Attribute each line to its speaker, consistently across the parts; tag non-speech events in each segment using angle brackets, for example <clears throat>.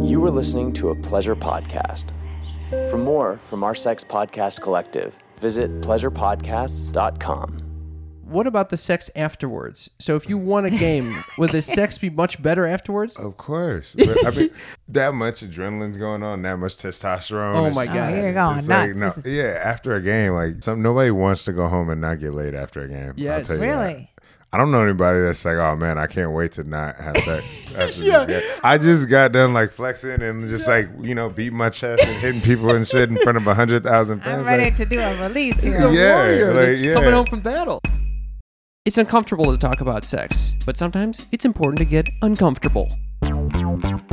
Speaker 1: You were listening to a pleasure podcast. For more from our Sex Podcast Collective, visit pleasurepodcasts.com.
Speaker 2: What about the sex afterwards? So if you won <laughs> a game, would the sex be much better afterwards?
Speaker 3: Of course. But, I
Speaker 4: <laughs>
Speaker 3: mean, that much adrenaline's going on, that much testosterone.
Speaker 2: Oh
Speaker 3: it's-
Speaker 2: my
Speaker 3: it's
Speaker 2: God.
Speaker 4: Oh, here you go. Nuts.
Speaker 3: like, no,
Speaker 4: This is-
Speaker 3: yeah, after a game, like some nobody wants to go home and not get laid after a game. I'll
Speaker 2: Yes.
Speaker 3: tell you that.
Speaker 4: Really?
Speaker 3: I don't know anybody that's like, oh man, I can't wait to not have
Speaker 4: <laughs>
Speaker 3: sex. after this game." I just got done like flexing and just like you know beating my chest and hitting people and shit in front of hundred thousand
Speaker 4: I'm
Speaker 3: fans.
Speaker 4: ready
Speaker 3: like,
Speaker 4: to do a release
Speaker 3: It's
Speaker 4: here.
Speaker 3: a- Yeah,
Speaker 2: warrior
Speaker 3: like,
Speaker 2: that's coming
Speaker 3: yeah.
Speaker 2: home from battle. It's uncomfortable to talk about sex, but sometimes it's important to get uncomfortable.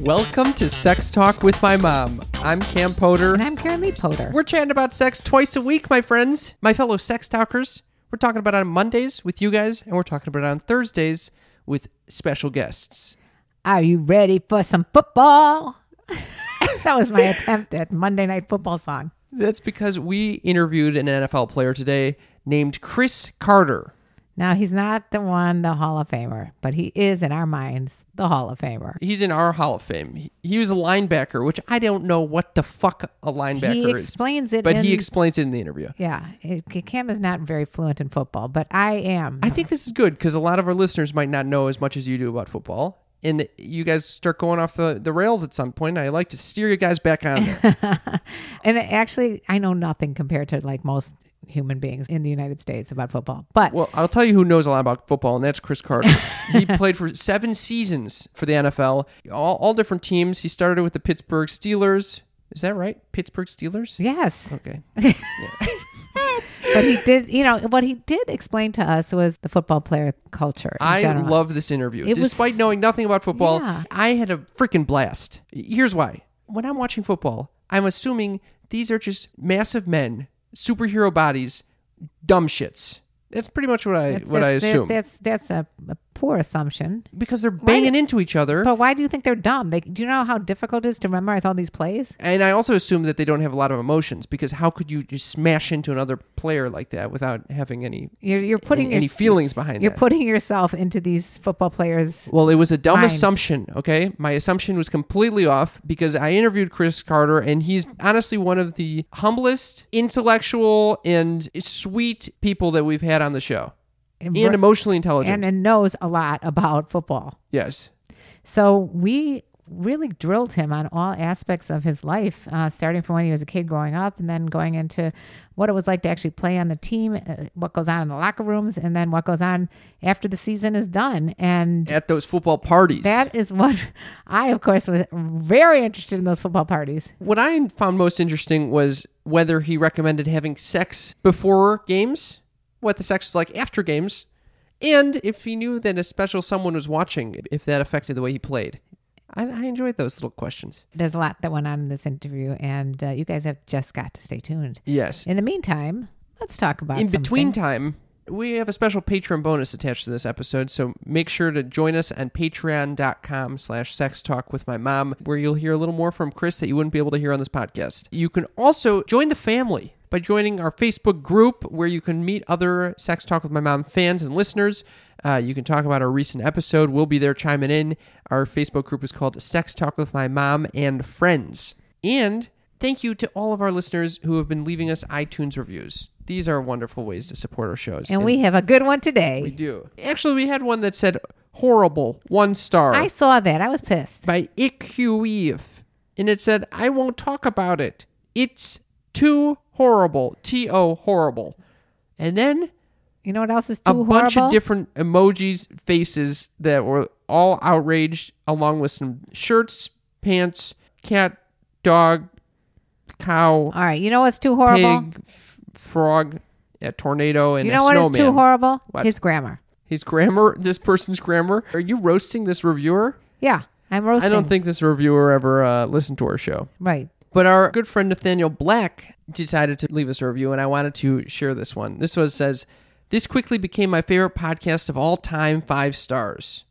Speaker 2: Welcome to Sex Talk with My Mom. I'm Cam Potter.
Speaker 4: And I'm Karen Lee Potter.
Speaker 2: We're chatting about sex twice a week, my friends, my fellow sex talkers. We're talking about it on Mondays with you guys, and we're talking about it on Thursdays with special guests.
Speaker 4: Are you ready for some football? <laughs> that was my attempt at Monday Night Football song.
Speaker 2: That's because we interviewed an NFL player today named Chris Carter.
Speaker 4: Now, he's not the one, the Hall of Famer, but he is in our minds the Hall of Famer.
Speaker 2: He's in our Hall of Fame. He- He was a linebacker, which I don't know what the fuck a linebacker
Speaker 4: He
Speaker 2: is.
Speaker 4: explains it,
Speaker 2: But
Speaker 4: in,
Speaker 2: he explains it in the interview.
Speaker 4: yeah. It, Cam is not very fluent in football, but I am.
Speaker 2: I think this is good because a lot of our listeners might not know as much as you do about football. And you guys start going off the, the rails at some point. I like to steer you guys back on
Speaker 4: <laughs>
Speaker 2: there.
Speaker 4: and actually, I know nothing compared to like most human beings in the United States about football. But
Speaker 2: well, I'll tell you who knows a lot about football, and that's Chris Carter.
Speaker 4: <laughs>
Speaker 2: he played for seven seasons for the NFL, all, all different teams. He started with the Pittsburgh Steelers. Is that right? Pittsburgh Steelers?
Speaker 4: yes,
Speaker 2: Okay.
Speaker 4: but he did, you know, what he did explain to us was the football player culture. in
Speaker 2: I
Speaker 4: general.
Speaker 2: love this interview.
Speaker 4: It was-
Speaker 2: Despite knowing nothing about football,
Speaker 4: Yeah.
Speaker 2: I had a freaking blast. Here's why. When I'm watching football, I'm assuming these are just massive men, superhero bodies, dumb shits. That's pretty much what I
Speaker 4: That's-
Speaker 2: what I
Speaker 4: that's-
Speaker 2: assume.
Speaker 4: That's that's a, a poor assumption.
Speaker 2: because they're banging into each other.
Speaker 4: But why do you think they're dumb? They, do you know how difficult it is to memorize all these plays?
Speaker 2: and I also assume that they don't have a lot of emotions because how could you just smash into another player like that without having any
Speaker 4: You're you're putting
Speaker 2: any,
Speaker 4: your,
Speaker 2: any feelings behind
Speaker 4: You're
Speaker 2: that?
Speaker 4: putting yourself into these football players.
Speaker 2: Well, it was a dumb
Speaker 4: Minds.
Speaker 2: assumption, okay? My assumption was completely off because I interviewed Chris Carter and he's honestly one of the humblest, intellectual, and sweet people that we've had on the show.
Speaker 4: And,
Speaker 2: And emotionally intelligent.
Speaker 4: and, and knows a lot about football.
Speaker 2: yes.
Speaker 4: So we really drilled him on all aspects of his life, uh, starting from when he was a kid growing up, and then going into what it was like to actually play on the team, uh, what goes on in the locker rooms, and then what goes on after the season is done. And
Speaker 2: At those football parties.
Speaker 4: that is what <laughs> I, of course, was very interested in those football parties.
Speaker 2: what I found most interesting was whether he recommended having sex before games, what the sex was like after games, and if he knew that a special someone was watching, if that affected the way he played. I, I enjoyed those little questions.
Speaker 4: There's a lot that went on in this interview, and uh, you guys have just got to stay tuned.
Speaker 2: Yes.
Speaker 4: In the meantime, let's talk about
Speaker 2: in between
Speaker 4: something.
Speaker 2: time we have a special patreon bonus attached to this episode so make sure to join us on patreon.com slash sex talk with my mom where you'll hear a little more from chris that you wouldn't be able to hear on this podcast you can also join the family by joining our facebook group where you can meet other sex talk with my mom fans and listeners uh, you can talk about our recent episode we'll be there chiming in our facebook group is called sex talk with my mom and friends and Thank you to all of our listeners who have been leaving us iTunes reviews. These are wonderful ways to support our shows.
Speaker 4: and we have a good one today.
Speaker 2: we do. Actually, we had one that said horrible, one star
Speaker 4: I saw that. I was pissed.
Speaker 2: by IQEF. And it said, I won't talk about it. It's too horrible. T O horrible. And then
Speaker 4: You know what else is too
Speaker 2: a bunch
Speaker 4: horrible?
Speaker 2: of different emojis, faces that were all outraged, along with some shirts, pants, cat, dog, cow,
Speaker 4: All right. You know what's too horrible?
Speaker 2: pig, f- frog, a tornado, and
Speaker 4: you know
Speaker 2: a
Speaker 4: what
Speaker 2: snowman.
Speaker 4: is too horrible?
Speaker 2: What?
Speaker 4: His grammar.
Speaker 2: His grammar, this person's grammar. Are you roasting this reviewer?
Speaker 4: Yeah. I'm roasting.
Speaker 2: I don't think this reviewer ever uh, listened to our show.
Speaker 4: Right.
Speaker 2: But our good friend Nathaniel Black decided to leave us a review, and I wanted to share this one. This one says, This quickly became my favorite podcast of all time, five stars.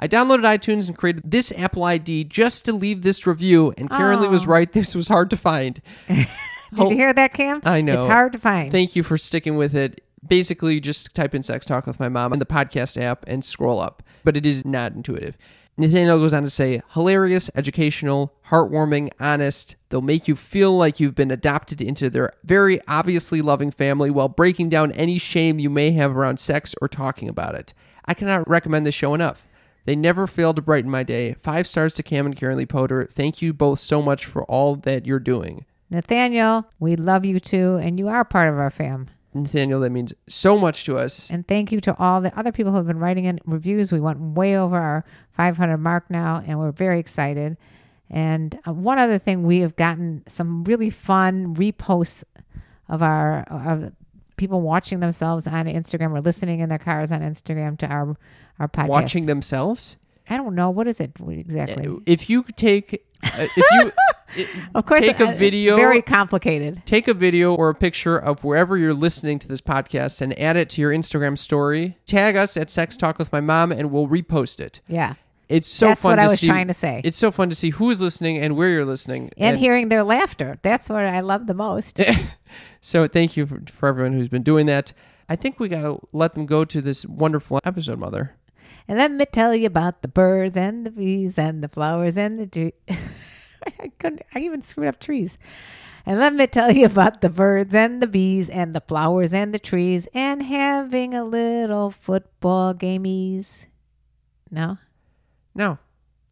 Speaker 2: I downloaded iTunes and created this Apple ID just to leave this review, and Karen Lee was right. <laughs> This was hard to find.
Speaker 4: Did you hear that, Cam?
Speaker 2: Oh. I know.
Speaker 4: It's hard to find.
Speaker 2: Thank you for sticking with it. Basically, you just type in Sex Talk with My Mom in the podcast app and scroll up, but it is not intuitive. Nathaniel goes on to say, hilarious, educational, heartwarming, honest. They'll make you feel like you've been adopted into their very obviously loving family while breaking down any shame you may have around sex or talking about it. I cannot recommend this show enough. They never fail to brighten my day. Five stars to Cam and Karen Lee Potter. Thank you both so much for all that you're doing.
Speaker 4: Nathaniel, we love you too, and you are part of our fam.
Speaker 2: Nathaniel, that means so much to us.
Speaker 4: And thank you to all the other people who have been writing in reviews. We went way over our 500 mark now, and we're very excited. And uh, one other thing, we have gotten some really fun reposts of our of people watching themselves on Instagram or listening in their cars on Instagram to our our podcast.
Speaker 2: Watching themselves.
Speaker 4: I don't know what is it exactly.
Speaker 2: If you take, uh, if
Speaker 4: <laughs>
Speaker 2: you
Speaker 4: of course,
Speaker 2: take a
Speaker 4: uh, it's
Speaker 2: video-
Speaker 4: very complicated.
Speaker 2: take a video or a picture of wherever you're listening to this podcast and add it to your Instagram story, tag us at Sex Talk with My Mom, and we'll repost it.
Speaker 4: Yeah.
Speaker 2: It's so
Speaker 4: That's
Speaker 2: fun
Speaker 4: what
Speaker 2: to
Speaker 4: I was
Speaker 2: see-
Speaker 4: trying to say.
Speaker 2: It's so fun to see who is listening and where you're listening.
Speaker 4: And, hearing their laughter. That's what I love the most.
Speaker 2: so thank you for, for everyone who's been doing that. I think we got to let them go to this wonderful episode, Mother.
Speaker 4: And let me tell you about the birds and the bees and the flowers and the tree. <laughs> I couldn't. I even screwed up trees. And let me tell you about the birds and the bees and the flowers and the trees and having a little football gamies. No,
Speaker 2: No.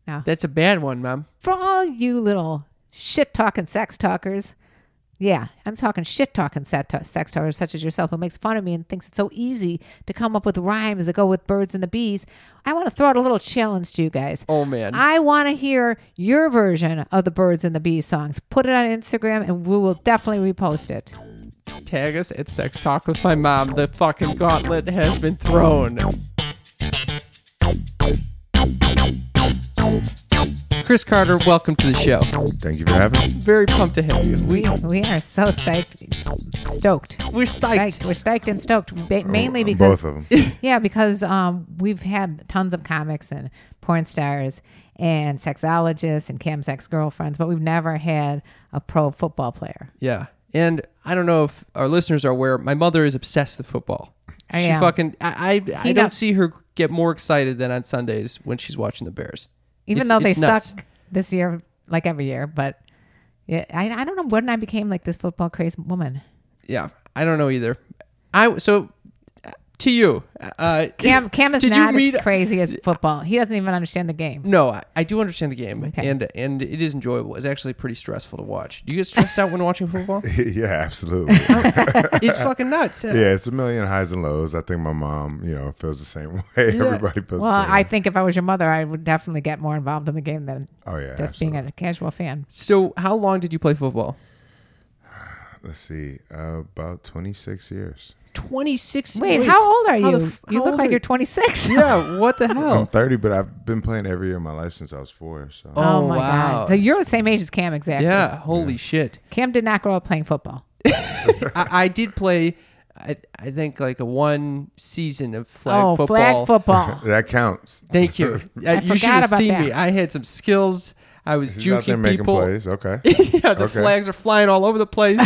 Speaker 4: No.
Speaker 2: That's a bad one, Mom.
Speaker 4: for all you little shit talking sex talkers. Yeah, I'm talking shit talking sex talkers such as yourself who makes fun of me and thinks it's so easy to come up with rhymes that go with birds and the bees. I want to throw out a little challenge to you guys.
Speaker 2: Oh, man.
Speaker 4: I want to hear your version of the Birds and the Bees songs. Put it on Instagram and we will definitely repost it.
Speaker 2: Tag us at Sex Talk with My Mom. The fucking gauntlet has been thrown. Chris Carter, welcome to the show.
Speaker 3: Thank you for having me.
Speaker 2: Very pumped to have you.
Speaker 4: We,
Speaker 2: We,
Speaker 4: we are so stoked. Stoked.
Speaker 2: we're
Speaker 4: Stoked.
Speaker 2: psyched.
Speaker 4: We're stoked and stoked. ba- Mainly because,
Speaker 3: both of
Speaker 4: <laughs>
Speaker 3: them.
Speaker 4: yeah, because um, we've had tons of comics and porn stars and sexologists and cam sex girlfriends, but we've never had a pro football player.
Speaker 2: Yeah. And I don't know if our listeners are aware, my mother is obsessed with football.
Speaker 4: I
Speaker 2: she
Speaker 4: am.
Speaker 2: fucking, I, I, I
Speaker 4: He
Speaker 2: don't
Speaker 4: knows.
Speaker 2: see her get more excited than on Sundays when she's watching the Bears.
Speaker 4: Even
Speaker 2: It's-
Speaker 4: though they
Speaker 2: it's nuts.
Speaker 4: suck this year, like every year, but yeah, I, I don't know when I became like this football crazed woman.
Speaker 2: Yeah. I don't know either. I, so uh, to you, uh,
Speaker 4: Cam, Cam is
Speaker 2: Did you
Speaker 4: not
Speaker 2: meet-
Speaker 4: as crazy as football. He doesn't even understand the game.
Speaker 2: No, I, I do understand the game,
Speaker 4: Okay.
Speaker 2: and and it is enjoyable. It's actually pretty stressful to watch. Do you get stressed out when watching
Speaker 3: <laughs>
Speaker 2: football?
Speaker 3: <laughs> yeah, absolutely.
Speaker 4: Uh-huh.
Speaker 2: It's fucking nuts.
Speaker 3: Yeah, it's a million highs and lows. I think my mom, you know, feels the same <laughs> way. Everybody feels
Speaker 4: Well,
Speaker 3: the same.
Speaker 4: I
Speaker 3: way.
Speaker 4: think if I was your mother, I would definitely get more involved in the game than
Speaker 3: oh yeah.
Speaker 4: just
Speaker 3: absolutely.
Speaker 4: being a casual fan.
Speaker 2: So, how long did you play football?
Speaker 3: Let's see, uh, about twenty six years.
Speaker 2: Twenty six.
Speaker 4: Wait, how old are
Speaker 2: how the
Speaker 4: you?
Speaker 2: f-
Speaker 4: you
Speaker 2: how
Speaker 4: look
Speaker 2: old
Speaker 4: like
Speaker 2: are-
Speaker 4: you're 26.
Speaker 2: Yeah. What the
Speaker 3: I'm
Speaker 4: Oh.
Speaker 3: <laughs>
Speaker 2: hell?
Speaker 3: thirty, but I've been playing every year of my life since I was four. So
Speaker 2: Oh.
Speaker 4: Oh, my
Speaker 2: wow.
Speaker 4: God. So you're the same age as Cam, exactly.
Speaker 2: Yeah. Holy shit.
Speaker 4: Cam did not grow up playing football.
Speaker 2: I, I did play. I, I think like a one season of flag
Speaker 4: oh,
Speaker 2: football.
Speaker 4: flag football.
Speaker 2: <laughs>
Speaker 3: that counts.
Speaker 2: Thank
Speaker 3: <laughs>
Speaker 2: you. Uh, you should
Speaker 4: forgot
Speaker 2: have
Speaker 4: about
Speaker 2: seen
Speaker 4: that.
Speaker 2: me. I had some skills. I was
Speaker 3: He's out there
Speaker 2: juking
Speaker 3: making
Speaker 2: people. <laughs>
Speaker 3: plays.
Speaker 4: <laughs>
Speaker 3: Okay.
Speaker 2: yeah, the
Speaker 3: Okay.
Speaker 2: flags are flying all over the
Speaker 3: <laughs>
Speaker 2: place.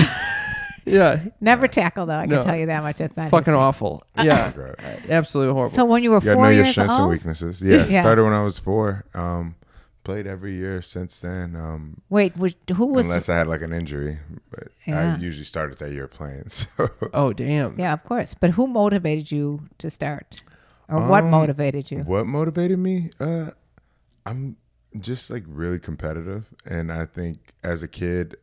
Speaker 2: yeah,
Speaker 4: Never tackle, though. I
Speaker 2: No.
Speaker 4: can tell you that much. It's not
Speaker 2: fucking
Speaker 4: his-
Speaker 2: awful. Yeah,
Speaker 3: Right.
Speaker 2: absolutely horrible.
Speaker 4: So when you were
Speaker 3: You gotta know
Speaker 4: four
Speaker 3: your
Speaker 4: years
Speaker 3: strengths and
Speaker 4: old,
Speaker 3: weaknesses. Yeah,
Speaker 4: Yeah.
Speaker 3: Started when I was four. Um, played every year since then. Um,
Speaker 4: wait, was, who was?
Speaker 3: unless I had like an injury, but
Speaker 4: Yeah.
Speaker 3: I usually started that year playing. <laughs> So
Speaker 2: oh damn.
Speaker 4: yeah, of course. But who motivated you to start, or what
Speaker 3: Um,
Speaker 4: motivated you?
Speaker 3: What motivated me? Uh, I'm just like really competitive, and I think as a kid,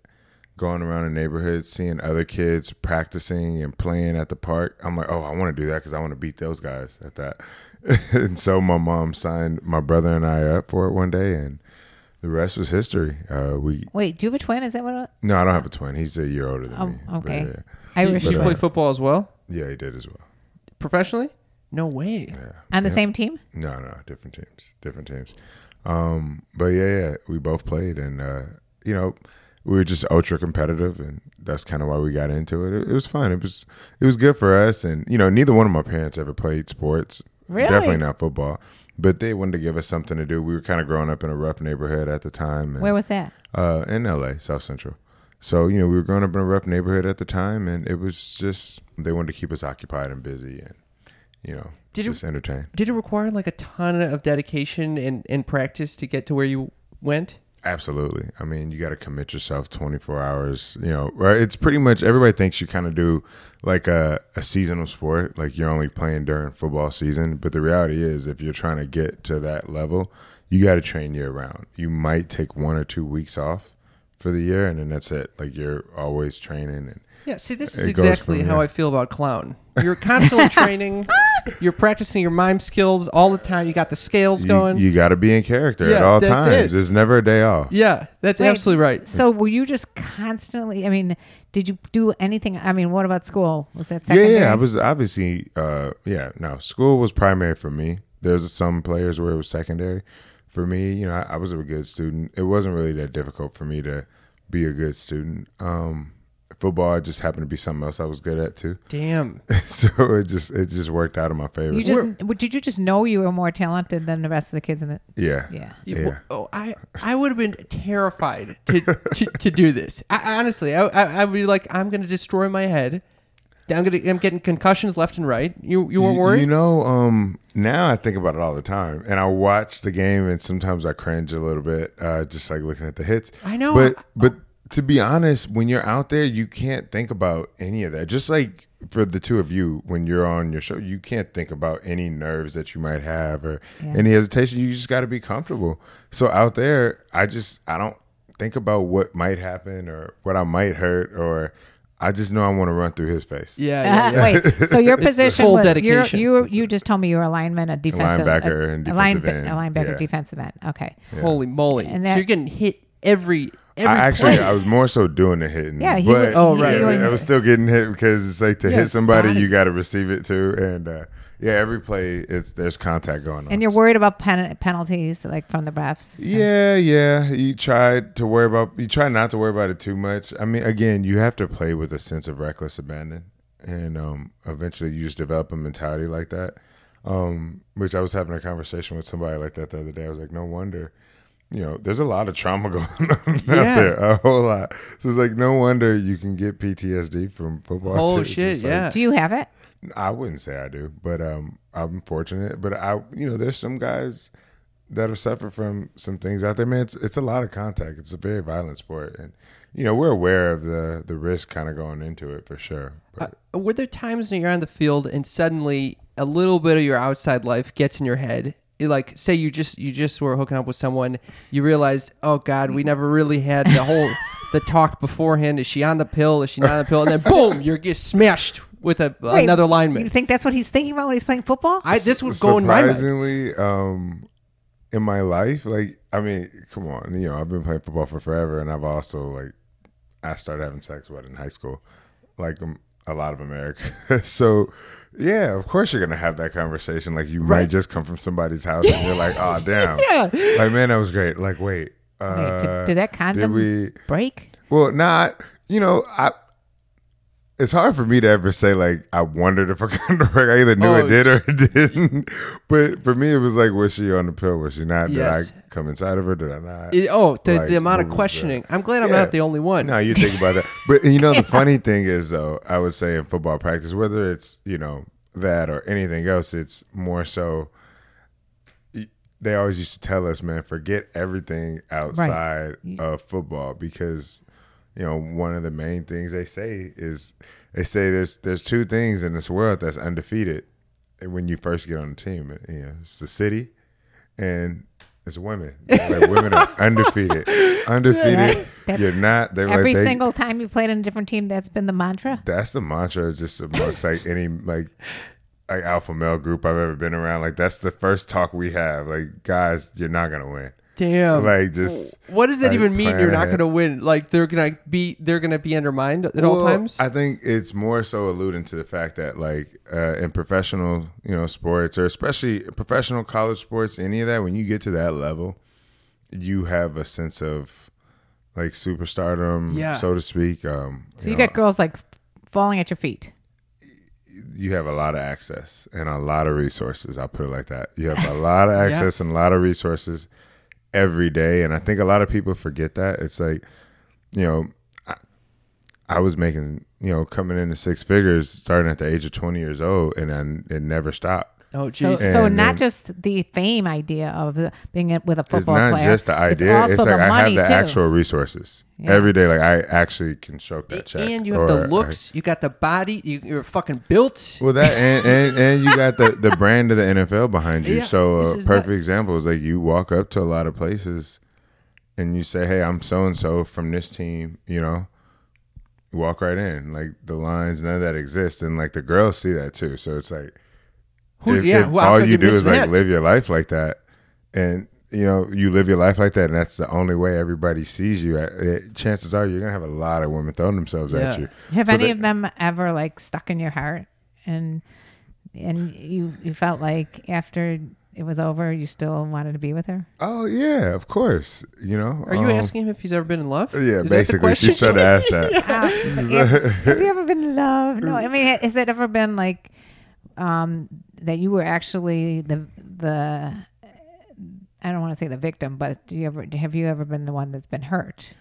Speaker 3: going around the neighborhood, seeing other kids practicing and playing at the park, I'm like, oh, I want to do that because I want to beat those guys at that. <laughs> and so my mom signed my brother and I up for it one day, and the rest was history. Uh, we
Speaker 4: Wait, do you have a twin? Is that what? it-
Speaker 3: no, I don't have a twin. He's a year older than
Speaker 4: Oh,
Speaker 3: me. but,
Speaker 4: okay.
Speaker 3: uh,
Speaker 4: I
Speaker 2: So
Speaker 4: wish
Speaker 2: you
Speaker 4: you
Speaker 2: play
Speaker 4: were
Speaker 2: football as well
Speaker 3: yeah, he did as well.
Speaker 2: professionally? No way.
Speaker 4: on the same team.
Speaker 3: No, no, different teams, different teams. Um, but yeah, yeah, we both played, and uh, you know, we were just ultra competitive, and that's kind of why we got into it. it. It was fun. It was it was good for us, and you know, neither one of my parents ever played sports.
Speaker 4: Really?
Speaker 3: Definitely not football. But they wanted to give us something to do. We were kind of growing up in a rough neighborhood at the time. and-
Speaker 4: Where was that?
Speaker 3: uh, in LA, South Central. So you know, we were growing up in a rough neighborhood at the time, and it was just they wanted to keep us occupied and busy, and you know,
Speaker 2: Did it-
Speaker 3: just entertain.
Speaker 2: Did it require like a ton of dedication and, and practice to get to where you went?
Speaker 3: Absolutely. I mean, you got to commit yourself 24 hours, you know, right? It's pretty much everybody thinks you kind of do like a, a seasonal sport, like you're only playing during football season. But the reality is, if you're trying to get to that level, you got to train year round. You might take one or two weeks off for the year, and then that's it. Like you're always training and
Speaker 2: Yeah, see, this is
Speaker 3: It goes
Speaker 2: exactly
Speaker 3: from
Speaker 2: how
Speaker 3: here.
Speaker 2: I feel about clown. You're
Speaker 4: <laughs>
Speaker 2: constantly training. You're practicing your mime skills all the time. You got the scales
Speaker 3: you,
Speaker 2: going.
Speaker 3: You got to be in character at
Speaker 2: Yeah,
Speaker 3: all
Speaker 2: that's
Speaker 3: times.
Speaker 2: it.
Speaker 3: There's never a day off.
Speaker 2: yeah, that's
Speaker 4: Wait,
Speaker 2: absolutely right.
Speaker 4: So were you just constantly? I mean, did you do anything? I mean, what about school? Was that
Speaker 3: Yeah,
Speaker 4: secondary?
Speaker 3: yeah. I was obviously, uh, yeah. No, school was primary for me. There's some players where it was secondary. For me, you know, I, I was a good student. It wasn't really that difficult for me to be a good student. Um, football just happened to be something else I was good at too. <laughs>
Speaker 2: Damn.
Speaker 3: so it just it just worked out in my favor.
Speaker 4: You just did you just know you were more talented than the rest of the kids in the?
Speaker 3: yeah,
Speaker 4: Yeah.
Speaker 2: Yeah, well, Oh, I I would have been terrified to to, to do this. I, I honestly, I, I I would be like, I'm gonna destroy my head. I'm gonna I'm getting concussions left and right. You you weren't
Speaker 3: You-
Speaker 2: worried?
Speaker 3: You know, um, now I think about it all the time, and I watch the game, and sometimes I cringe a little bit, uh, just like looking at the hits.
Speaker 2: I know.
Speaker 3: but but to be honest, when you're out there, you can't think about any of that. Just like for the two of you, when you're on your show, you can't think about any nerves that you might have or any hesitation. You just got to be comfortable. So out there, I just I don't think about what might happen or what I might hurt or. I just know I want to run through his face.
Speaker 2: yeah, yeah, yeah.
Speaker 4: <laughs>
Speaker 2: <laughs>
Speaker 4: Wait. So your position
Speaker 2: full
Speaker 4: was your-
Speaker 2: dedication.
Speaker 4: you you just told me you were a lineman, a defensive
Speaker 3: linebacker
Speaker 4: a,
Speaker 3: and
Speaker 4: a
Speaker 3: defensive
Speaker 4: line-
Speaker 3: end.
Speaker 4: a linebacker,
Speaker 3: Yeah.
Speaker 4: defensive end. Okay.
Speaker 2: Holy moly!
Speaker 4: And
Speaker 2: so
Speaker 4: that-
Speaker 2: you're getting hit every every.
Speaker 3: I actually,
Speaker 2: play.
Speaker 3: I was more so doing the hitting.
Speaker 4: Yeah, he
Speaker 3: but
Speaker 4: would- Oh,
Speaker 2: he- right,
Speaker 3: yeah,
Speaker 2: right,
Speaker 3: I was still getting hit because it's like to
Speaker 2: Yeah,
Speaker 3: hit somebody,
Speaker 2: body-
Speaker 3: you got to receive it too, and uh, yeah, every play, it's there's contact going on.
Speaker 4: And you're worried about pen- penalties, like from the refs.
Speaker 3: yeah, yeah. You try to worry about, you try not to worry about it too much. I mean, again, you have to play with a sense of reckless abandon, and um, eventually you just develop a mentality like that. Um, which I was having a conversation with somebody like that the other day. I was like, no wonder, you know, there's a lot of trauma <laughs> going on
Speaker 2: Yeah.
Speaker 3: out there, a whole lot. So it's like, no wonder you can get PTSD from football.
Speaker 2: Oh
Speaker 3: too. It's
Speaker 2: shit!
Speaker 3: just like,
Speaker 2: Yeah.
Speaker 4: Do you have it?
Speaker 3: I wouldn't say I do, but um, I'm fortunate. But I, you know, there's some guys that have suffered from some things out there. Man, it's it's a lot of contact. It's a very violent sport, and you know we're aware of the the risk kind of going into it for sure. But
Speaker 2: Were there times when you're on the field and suddenly a little bit of your outside life gets in your head? You like say you just you just were hooking up with someone, you realized, oh God, we never really had the whole the talk beforehand. Is she on the pill? Is she not on the pill?
Speaker 4: <laughs>
Speaker 2: And then boom, you're get smashed with a,
Speaker 4: Wait,
Speaker 2: another
Speaker 4: You
Speaker 2: lineman.
Speaker 4: think that's what he's thinking about when he's playing football?
Speaker 3: Uh,
Speaker 2: I this would go in my mind.
Speaker 3: surprisingly, um, in my life, like I mean, come on, you know, I've been playing football for forever, and I've also like I started having sex what in high school, like um, a lot of America. <laughs> so yeah, of course you're gonna have that conversation. Like you might just come from somebody's house and you're like, oh damn, yeah, like man, that was great. Like wait, uh,
Speaker 4: Wait, did, did that
Speaker 3: did
Speaker 4: condom
Speaker 3: we?
Speaker 4: break?
Speaker 3: Well, not you know, I. It's hard for me to ever say like I wondered if I <laughs> kind of I either knew
Speaker 2: Oh,
Speaker 3: it did or it didn't. <laughs> But for me, it was like, was she on the pill? Was she not?
Speaker 2: Yes.
Speaker 3: Did I come inside of her? Did I not?
Speaker 2: It- oh, the,
Speaker 3: Like,
Speaker 2: the amount of
Speaker 3: what was that?
Speaker 2: questioning. I'm glad I'm
Speaker 3: Yeah.
Speaker 2: not the only one.
Speaker 3: No, you think about that. But you know, the funny thing is, though, I would say in football practice, whether it's you know that or anything else, it's more so. They always used to tell us, man, forget everything outside of football because you know one of the main things they say is they say there's there's two things in this world that's undefeated when you first get on the team. You know, it's the city and it's women. Like women
Speaker 4: <laughs>
Speaker 3: are undefeated. Undefeated.
Speaker 4: That's-
Speaker 3: You're not. They're
Speaker 4: Every
Speaker 3: like, they,
Speaker 4: single time you played in a different team, that's been the mantra.
Speaker 3: That's the mantra. It's Just amongst like any like like alpha male group I've ever been around. Like that's the first talk we have. Like guys, you're not gonna win.
Speaker 2: Damn.
Speaker 3: Like just.
Speaker 2: what does that
Speaker 3: like,
Speaker 2: even mean?
Speaker 3: plan
Speaker 2: You're not
Speaker 3: ahead.
Speaker 2: going to win. Like they're going to be they're going to be undermined at all
Speaker 3: Well,
Speaker 2: times.
Speaker 3: I think it's more so alluding to the fact that, like, uh, in professional, you know, sports or especially professional college sports, any of that, when you get to that level, you have a sense of like superstardom,
Speaker 2: Yeah.
Speaker 3: so to speak. Um,
Speaker 4: So you, got girls like falling at your feet.
Speaker 3: you have a lot of access and a lot of resources. I'll put it like that. You
Speaker 4: <laughs>
Speaker 3: have a lot of access and a lot of resources every day. And I think a lot of people forget that. It's like, you know, I, I was making, you know, coming into six figures starting at the age of 20 years old and then it never stopped.
Speaker 2: Oh,
Speaker 4: So,
Speaker 2: jeez.
Speaker 4: so
Speaker 3: And then-
Speaker 4: not just the fame idea of uh, being a- with a
Speaker 3: It's
Speaker 4: football
Speaker 3: not
Speaker 4: player.
Speaker 3: just the idea. It's,
Speaker 4: also
Speaker 3: like
Speaker 4: the
Speaker 3: I have
Speaker 4: money
Speaker 3: the
Speaker 4: too.
Speaker 3: actual resources
Speaker 4: Yeah.
Speaker 3: every day. Like I actually can stroke that check.
Speaker 2: and you have
Speaker 3: or
Speaker 2: the
Speaker 3: I-
Speaker 2: looks. You got the body. You, you're fucking built.
Speaker 3: Well, that and, and, and you got the, the brand of the NFL behind you.
Speaker 2: Yeah,
Speaker 3: so
Speaker 2: this
Speaker 3: a
Speaker 2: is
Speaker 3: perfect
Speaker 2: not-
Speaker 3: example is like you walk up to a lot of places, and you say, "Hey, I'm so and so from this team," you know. You Walk right in, like the lines, none of that exists, and like the girls see that too. So it's like,
Speaker 2: Who,
Speaker 3: if,
Speaker 2: yeah.
Speaker 3: if
Speaker 2: who- how
Speaker 3: all
Speaker 2: could
Speaker 3: you do
Speaker 2: miss
Speaker 3: is
Speaker 2: that?
Speaker 3: like live your life like that, and you know you live your life like that, and that's the only way everybody sees you. eh, Chances are you're gonna have a lot of women throwing themselves at
Speaker 2: Yeah.
Speaker 3: you.
Speaker 4: Have
Speaker 3: So
Speaker 4: any
Speaker 3: they-
Speaker 4: of them ever like stuck in your heart and and you you felt like after it was over you still wanted to be with her?
Speaker 3: Oh yeah, of course. You know,
Speaker 2: Are you
Speaker 3: um,
Speaker 2: asking him if he's ever been in love?
Speaker 3: Yeah,
Speaker 2: Is that the
Speaker 3: basically,
Speaker 2: question? <laughs>
Speaker 3: she's trying to ask that.
Speaker 4: Uh, if- <laughs> have you ever been in love? No, I mean, has it ever been like um, that? You were actually the the I don't want to say the victim, but do you ever have you ever been the one that's been hurt?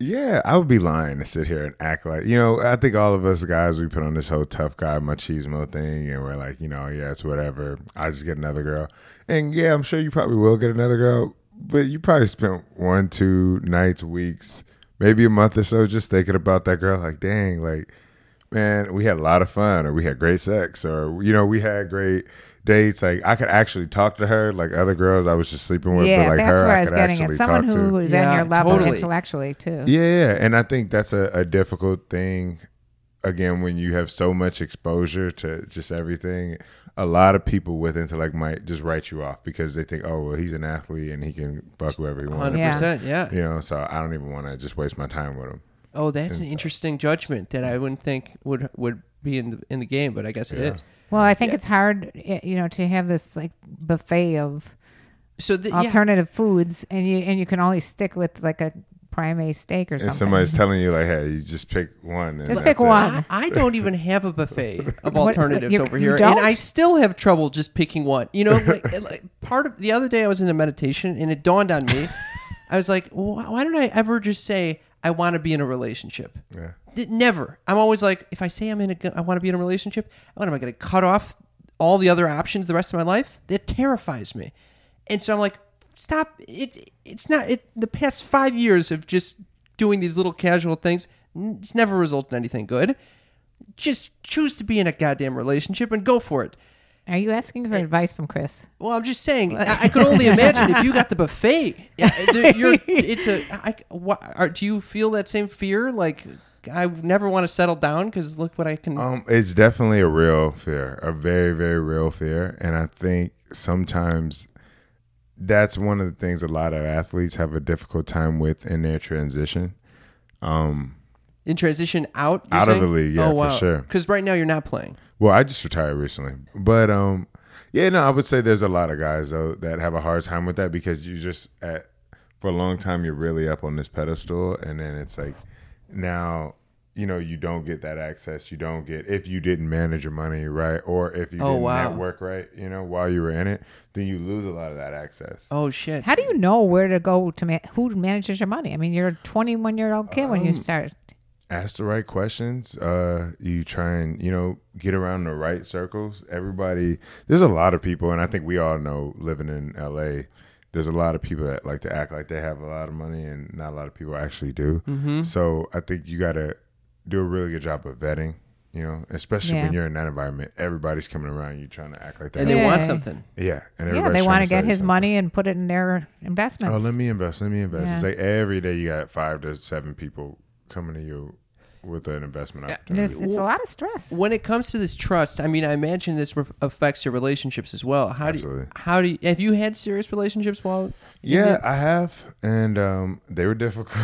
Speaker 3: yeah, I would be lying to sit here and act like you know. I think all of us guys we put on this whole tough guy machismo thing, and we're like, you know, yeah, it's whatever. I just get another girl, and yeah, I'm sure you probably will get another girl, but you probably spent one, two nights, weeks, maybe a month or so just thinking about that girl. Like, dang, like man, we had a lot of fun, or we had great sex, or you know, we had great dates. Like I could actually talk to her, like other girls I was just sleeping with,
Speaker 4: yeah,
Speaker 3: but like
Speaker 4: that's
Speaker 3: her,
Speaker 4: where I,
Speaker 3: I,
Speaker 4: was
Speaker 3: could
Speaker 4: getting at.
Speaker 3: actually
Speaker 4: Someone
Speaker 3: talk to.
Speaker 4: who is on
Speaker 2: Yeah,
Speaker 4: your level
Speaker 2: totally.
Speaker 4: intellectually too.
Speaker 3: Yeah, yeah, and I think that's a, a difficult thing. Again, when you have so much exposure to just everything, a lot of people with intellect might just write you off because they think, "Oh, well, he's an athlete and he can fuck whoever he wants."
Speaker 2: 100%. Yeah.
Speaker 3: You know, so I don't even want to just waste my time with him.
Speaker 2: Oh, that's an interesting judgment that I wouldn't think would would be in the, in the game, but I guess it is.
Speaker 4: Well, I think it's hard, y- you know, to have this like buffet of
Speaker 2: So the, yeah,
Speaker 4: alternative foods, and you and you can only stick with like a prime A steak or something.
Speaker 3: And somebody's telling you, like, "Hey, you just pick one." And that's
Speaker 4: Just pick
Speaker 3: it."
Speaker 4: one.
Speaker 2: I, I don't even have a
Speaker 3: <laughs>
Speaker 2: buffet of
Speaker 4: What-
Speaker 2: alternatives
Speaker 4: you-
Speaker 2: over
Speaker 4: you
Speaker 2: here,
Speaker 4: don't?
Speaker 2: and I still have trouble just picking one. You know, like, <laughs> like part of the other day I was in a meditation, and it dawned on
Speaker 3: <laughs>
Speaker 2: me. I was like, why, why don't I ever just say I want to be in a relationship?
Speaker 3: Yeah.
Speaker 2: It- Never. I'm always like, if I say I'm in a, I want to be in a relationship, what am I going to cut off all the other options the rest of my life? That terrifies me, and so I'm like, stop. It's it's not. It the past five years of just doing these little casual things, n- it's never resulted in anything good. Just choose to be in a goddamn relationship and go for it.
Speaker 4: Are you asking for advice from Chris?
Speaker 2: Well, I'm just saying. I, I could
Speaker 4: <laughs>
Speaker 2: only imagine if you got the buffet. Yeah, <laughs> there- You're, it's a. I, wha- are, do you feel that same fear? Like I never want to settle down because look what I can.
Speaker 3: Um, it's definitely a real fear, a very, very real fear, and I think sometimes that's one of the things a lot of athletes have a difficult time with in their transition.
Speaker 2: in transition out you're
Speaker 3: Out of
Speaker 2: saying?
Speaker 3: the league, yeah, for sure.
Speaker 2: Because right now you're not playing.
Speaker 3: Well, I just retired recently, but um, yeah, no, I would say there's a lot of guys though that have a hard time with that because you just at for a long time you're really up on this pedestal, and then it's like now you know you don't get that access. You don't get if you didn't manage your money right, or if you
Speaker 2: Oh,
Speaker 3: didn't
Speaker 2: wow.
Speaker 3: network right, you know, while you were in it, then you lose a lot of that access.
Speaker 2: Oh shit!
Speaker 4: How do you know where to go to man- who manages your money? I mean, you're a 21 year old kid
Speaker 3: Um,
Speaker 4: when you start.
Speaker 3: ask the right questions uh you try and you know get around the right circles everybody there's a lot of people and i think we all know living in la there's a lot of people that like to act like they have a lot of money and not a lot of people actually do so i think you gotta do a really good job of vetting you know especially
Speaker 4: Yeah.
Speaker 3: when you're in that environment everybody's coming around you trying to act like that
Speaker 2: and they
Speaker 4: Yeah.
Speaker 2: want something.
Speaker 3: yeah and
Speaker 4: yeah, they
Speaker 3: everybody's
Speaker 4: want
Speaker 3: trying
Speaker 4: to get
Speaker 3: sell you
Speaker 4: his
Speaker 3: something.
Speaker 4: money and put it in their investments.
Speaker 3: oh let me invest let me invest it's
Speaker 4: Yeah.
Speaker 3: like every day you got five to seven people coming to you with an investment opportunity
Speaker 4: Uh, There's- it's a lot of stress.
Speaker 2: When it comes to this trust, I mean, I imagine this re- affects your relationships as well. How do
Speaker 3: Absolutely.
Speaker 2: you, how do you, have you had serious relationships while?
Speaker 3: Yeah, I have, and um, they were difficult.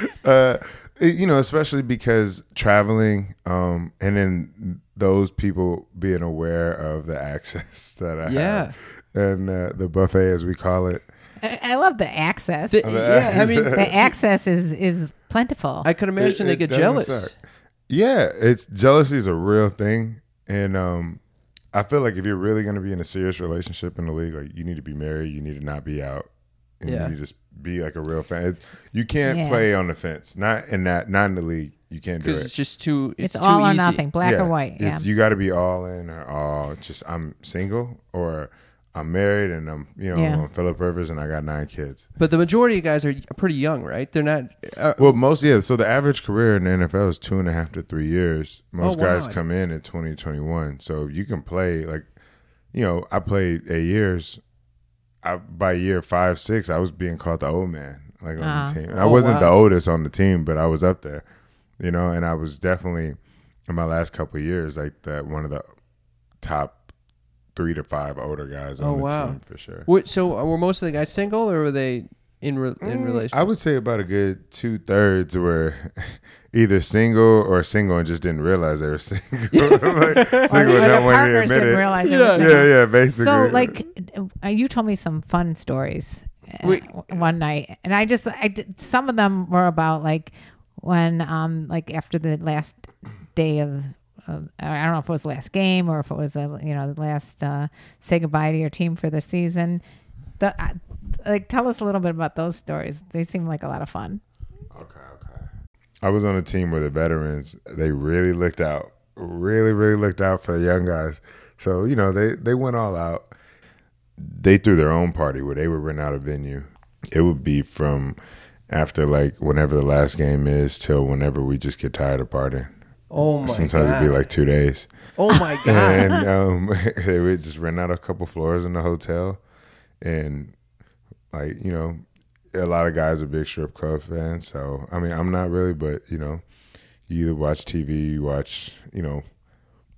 Speaker 3: <laughs> uh, you know, especially because traveling, um, and then those people being aware of the <laughs> access that I
Speaker 2: Yeah.
Speaker 3: have, and uh, the buffet as we call it.
Speaker 4: I I love the access.
Speaker 3: <laughs> Uh,
Speaker 2: The- yeah, I mean,
Speaker 3: e
Speaker 4: the access is is plentiful.
Speaker 2: I could imagine
Speaker 3: It-
Speaker 2: they
Speaker 3: it
Speaker 2: get
Speaker 3: doesn't
Speaker 2: jealous.
Speaker 3: suck. Yeah, it's jealousy is a real thing, and um, I feel like if you're really going to be in a serious relationship in the league, like you need to be married, you need to not be out, and
Speaker 2: Yeah.
Speaker 3: you need to s- be like a real fan. It's, you can't
Speaker 4: Yeah.
Speaker 3: play on the fence, not in that, not in the league. You can't do
Speaker 2: because it's
Speaker 3: it.
Speaker 2: just too. It's,
Speaker 4: it's
Speaker 2: too
Speaker 4: all or
Speaker 2: easy.
Speaker 4: nothing, black
Speaker 3: Yeah.
Speaker 4: or white. Yeah.
Speaker 3: It's- you got to be all in or all. Just I'm single or I'm married and I'm you know
Speaker 4: Yeah.
Speaker 3: I'm Philip Rivers and I got nine kids.
Speaker 2: But the majority of guys are pretty young, right? They're not. Uh,
Speaker 3: Well, most yeah. So the average career in the NFL is two and a half to three years. Most
Speaker 2: Oh, wow.
Speaker 3: guys come in at twenty twenty one. So if you can play like, you know, I played eight years. I by year five six, I was being called the old man, like on
Speaker 4: Ah.
Speaker 3: the team. And I
Speaker 2: Oh,
Speaker 3: wasn't
Speaker 2: wow.
Speaker 3: the oldest on the team, but I was up there, you know. And I was definitely in my last couple of years like that one of the top three to five older guys on
Speaker 2: Oh,
Speaker 3: the
Speaker 2: wow.
Speaker 3: team for sure.
Speaker 2: were- so were most of the guys single, or were they in re-
Speaker 4: Mm,
Speaker 2: in relation?
Speaker 3: I would say about a good two thirds were <laughs> either single or single and just didn't realize they were <laughs>
Speaker 4: <laughs>
Speaker 3: single. like, single
Speaker 4: Or
Speaker 3: and
Speaker 4: their
Speaker 3: not wanting to
Speaker 4: partners
Speaker 3: admit
Speaker 4: didn't
Speaker 3: it.
Speaker 4: realize it
Speaker 2: Yeah.
Speaker 4: was
Speaker 3: Yeah,
Speaker 4: single.
Speaker 3: yeah, basically.
Speaker 4: So, like, uh, you told me some fun stories uh,
Speaker 2: We-
Speaker 4: w- one night, and I just, I did, some of them were about like when, um, like after the last day of, of I don't know if it was the last game or if it was a, you know, the last uh, say goodbye to your team for the season. The, uh, like, tell us a little bit about those stories. They seem like a lot of fun.
Speaker 3: Okay, okay. I was on a team where the veterans they really looked out, really, really looked out for the young guys. So you know they they went all out. They threw their own party where they would rent out a venue. It would be from after like whenever the last game is till whenever we just get tired of partying.
Speaker 2: oh my
Speaker 3: Sometimes
Speaker 2: god!
Speaker 3: it'd be like two days.
Speaker 2: oh
Speaker 3: <laughs>
Speaker 2: my god!
Speaker 3: and um, <laughs> they would just rent out a couple floors in the hotel, and like you know, a lot of guys are big strip club fans. So I mean, I'm not really, but you know, you either watch TV, you watch you know,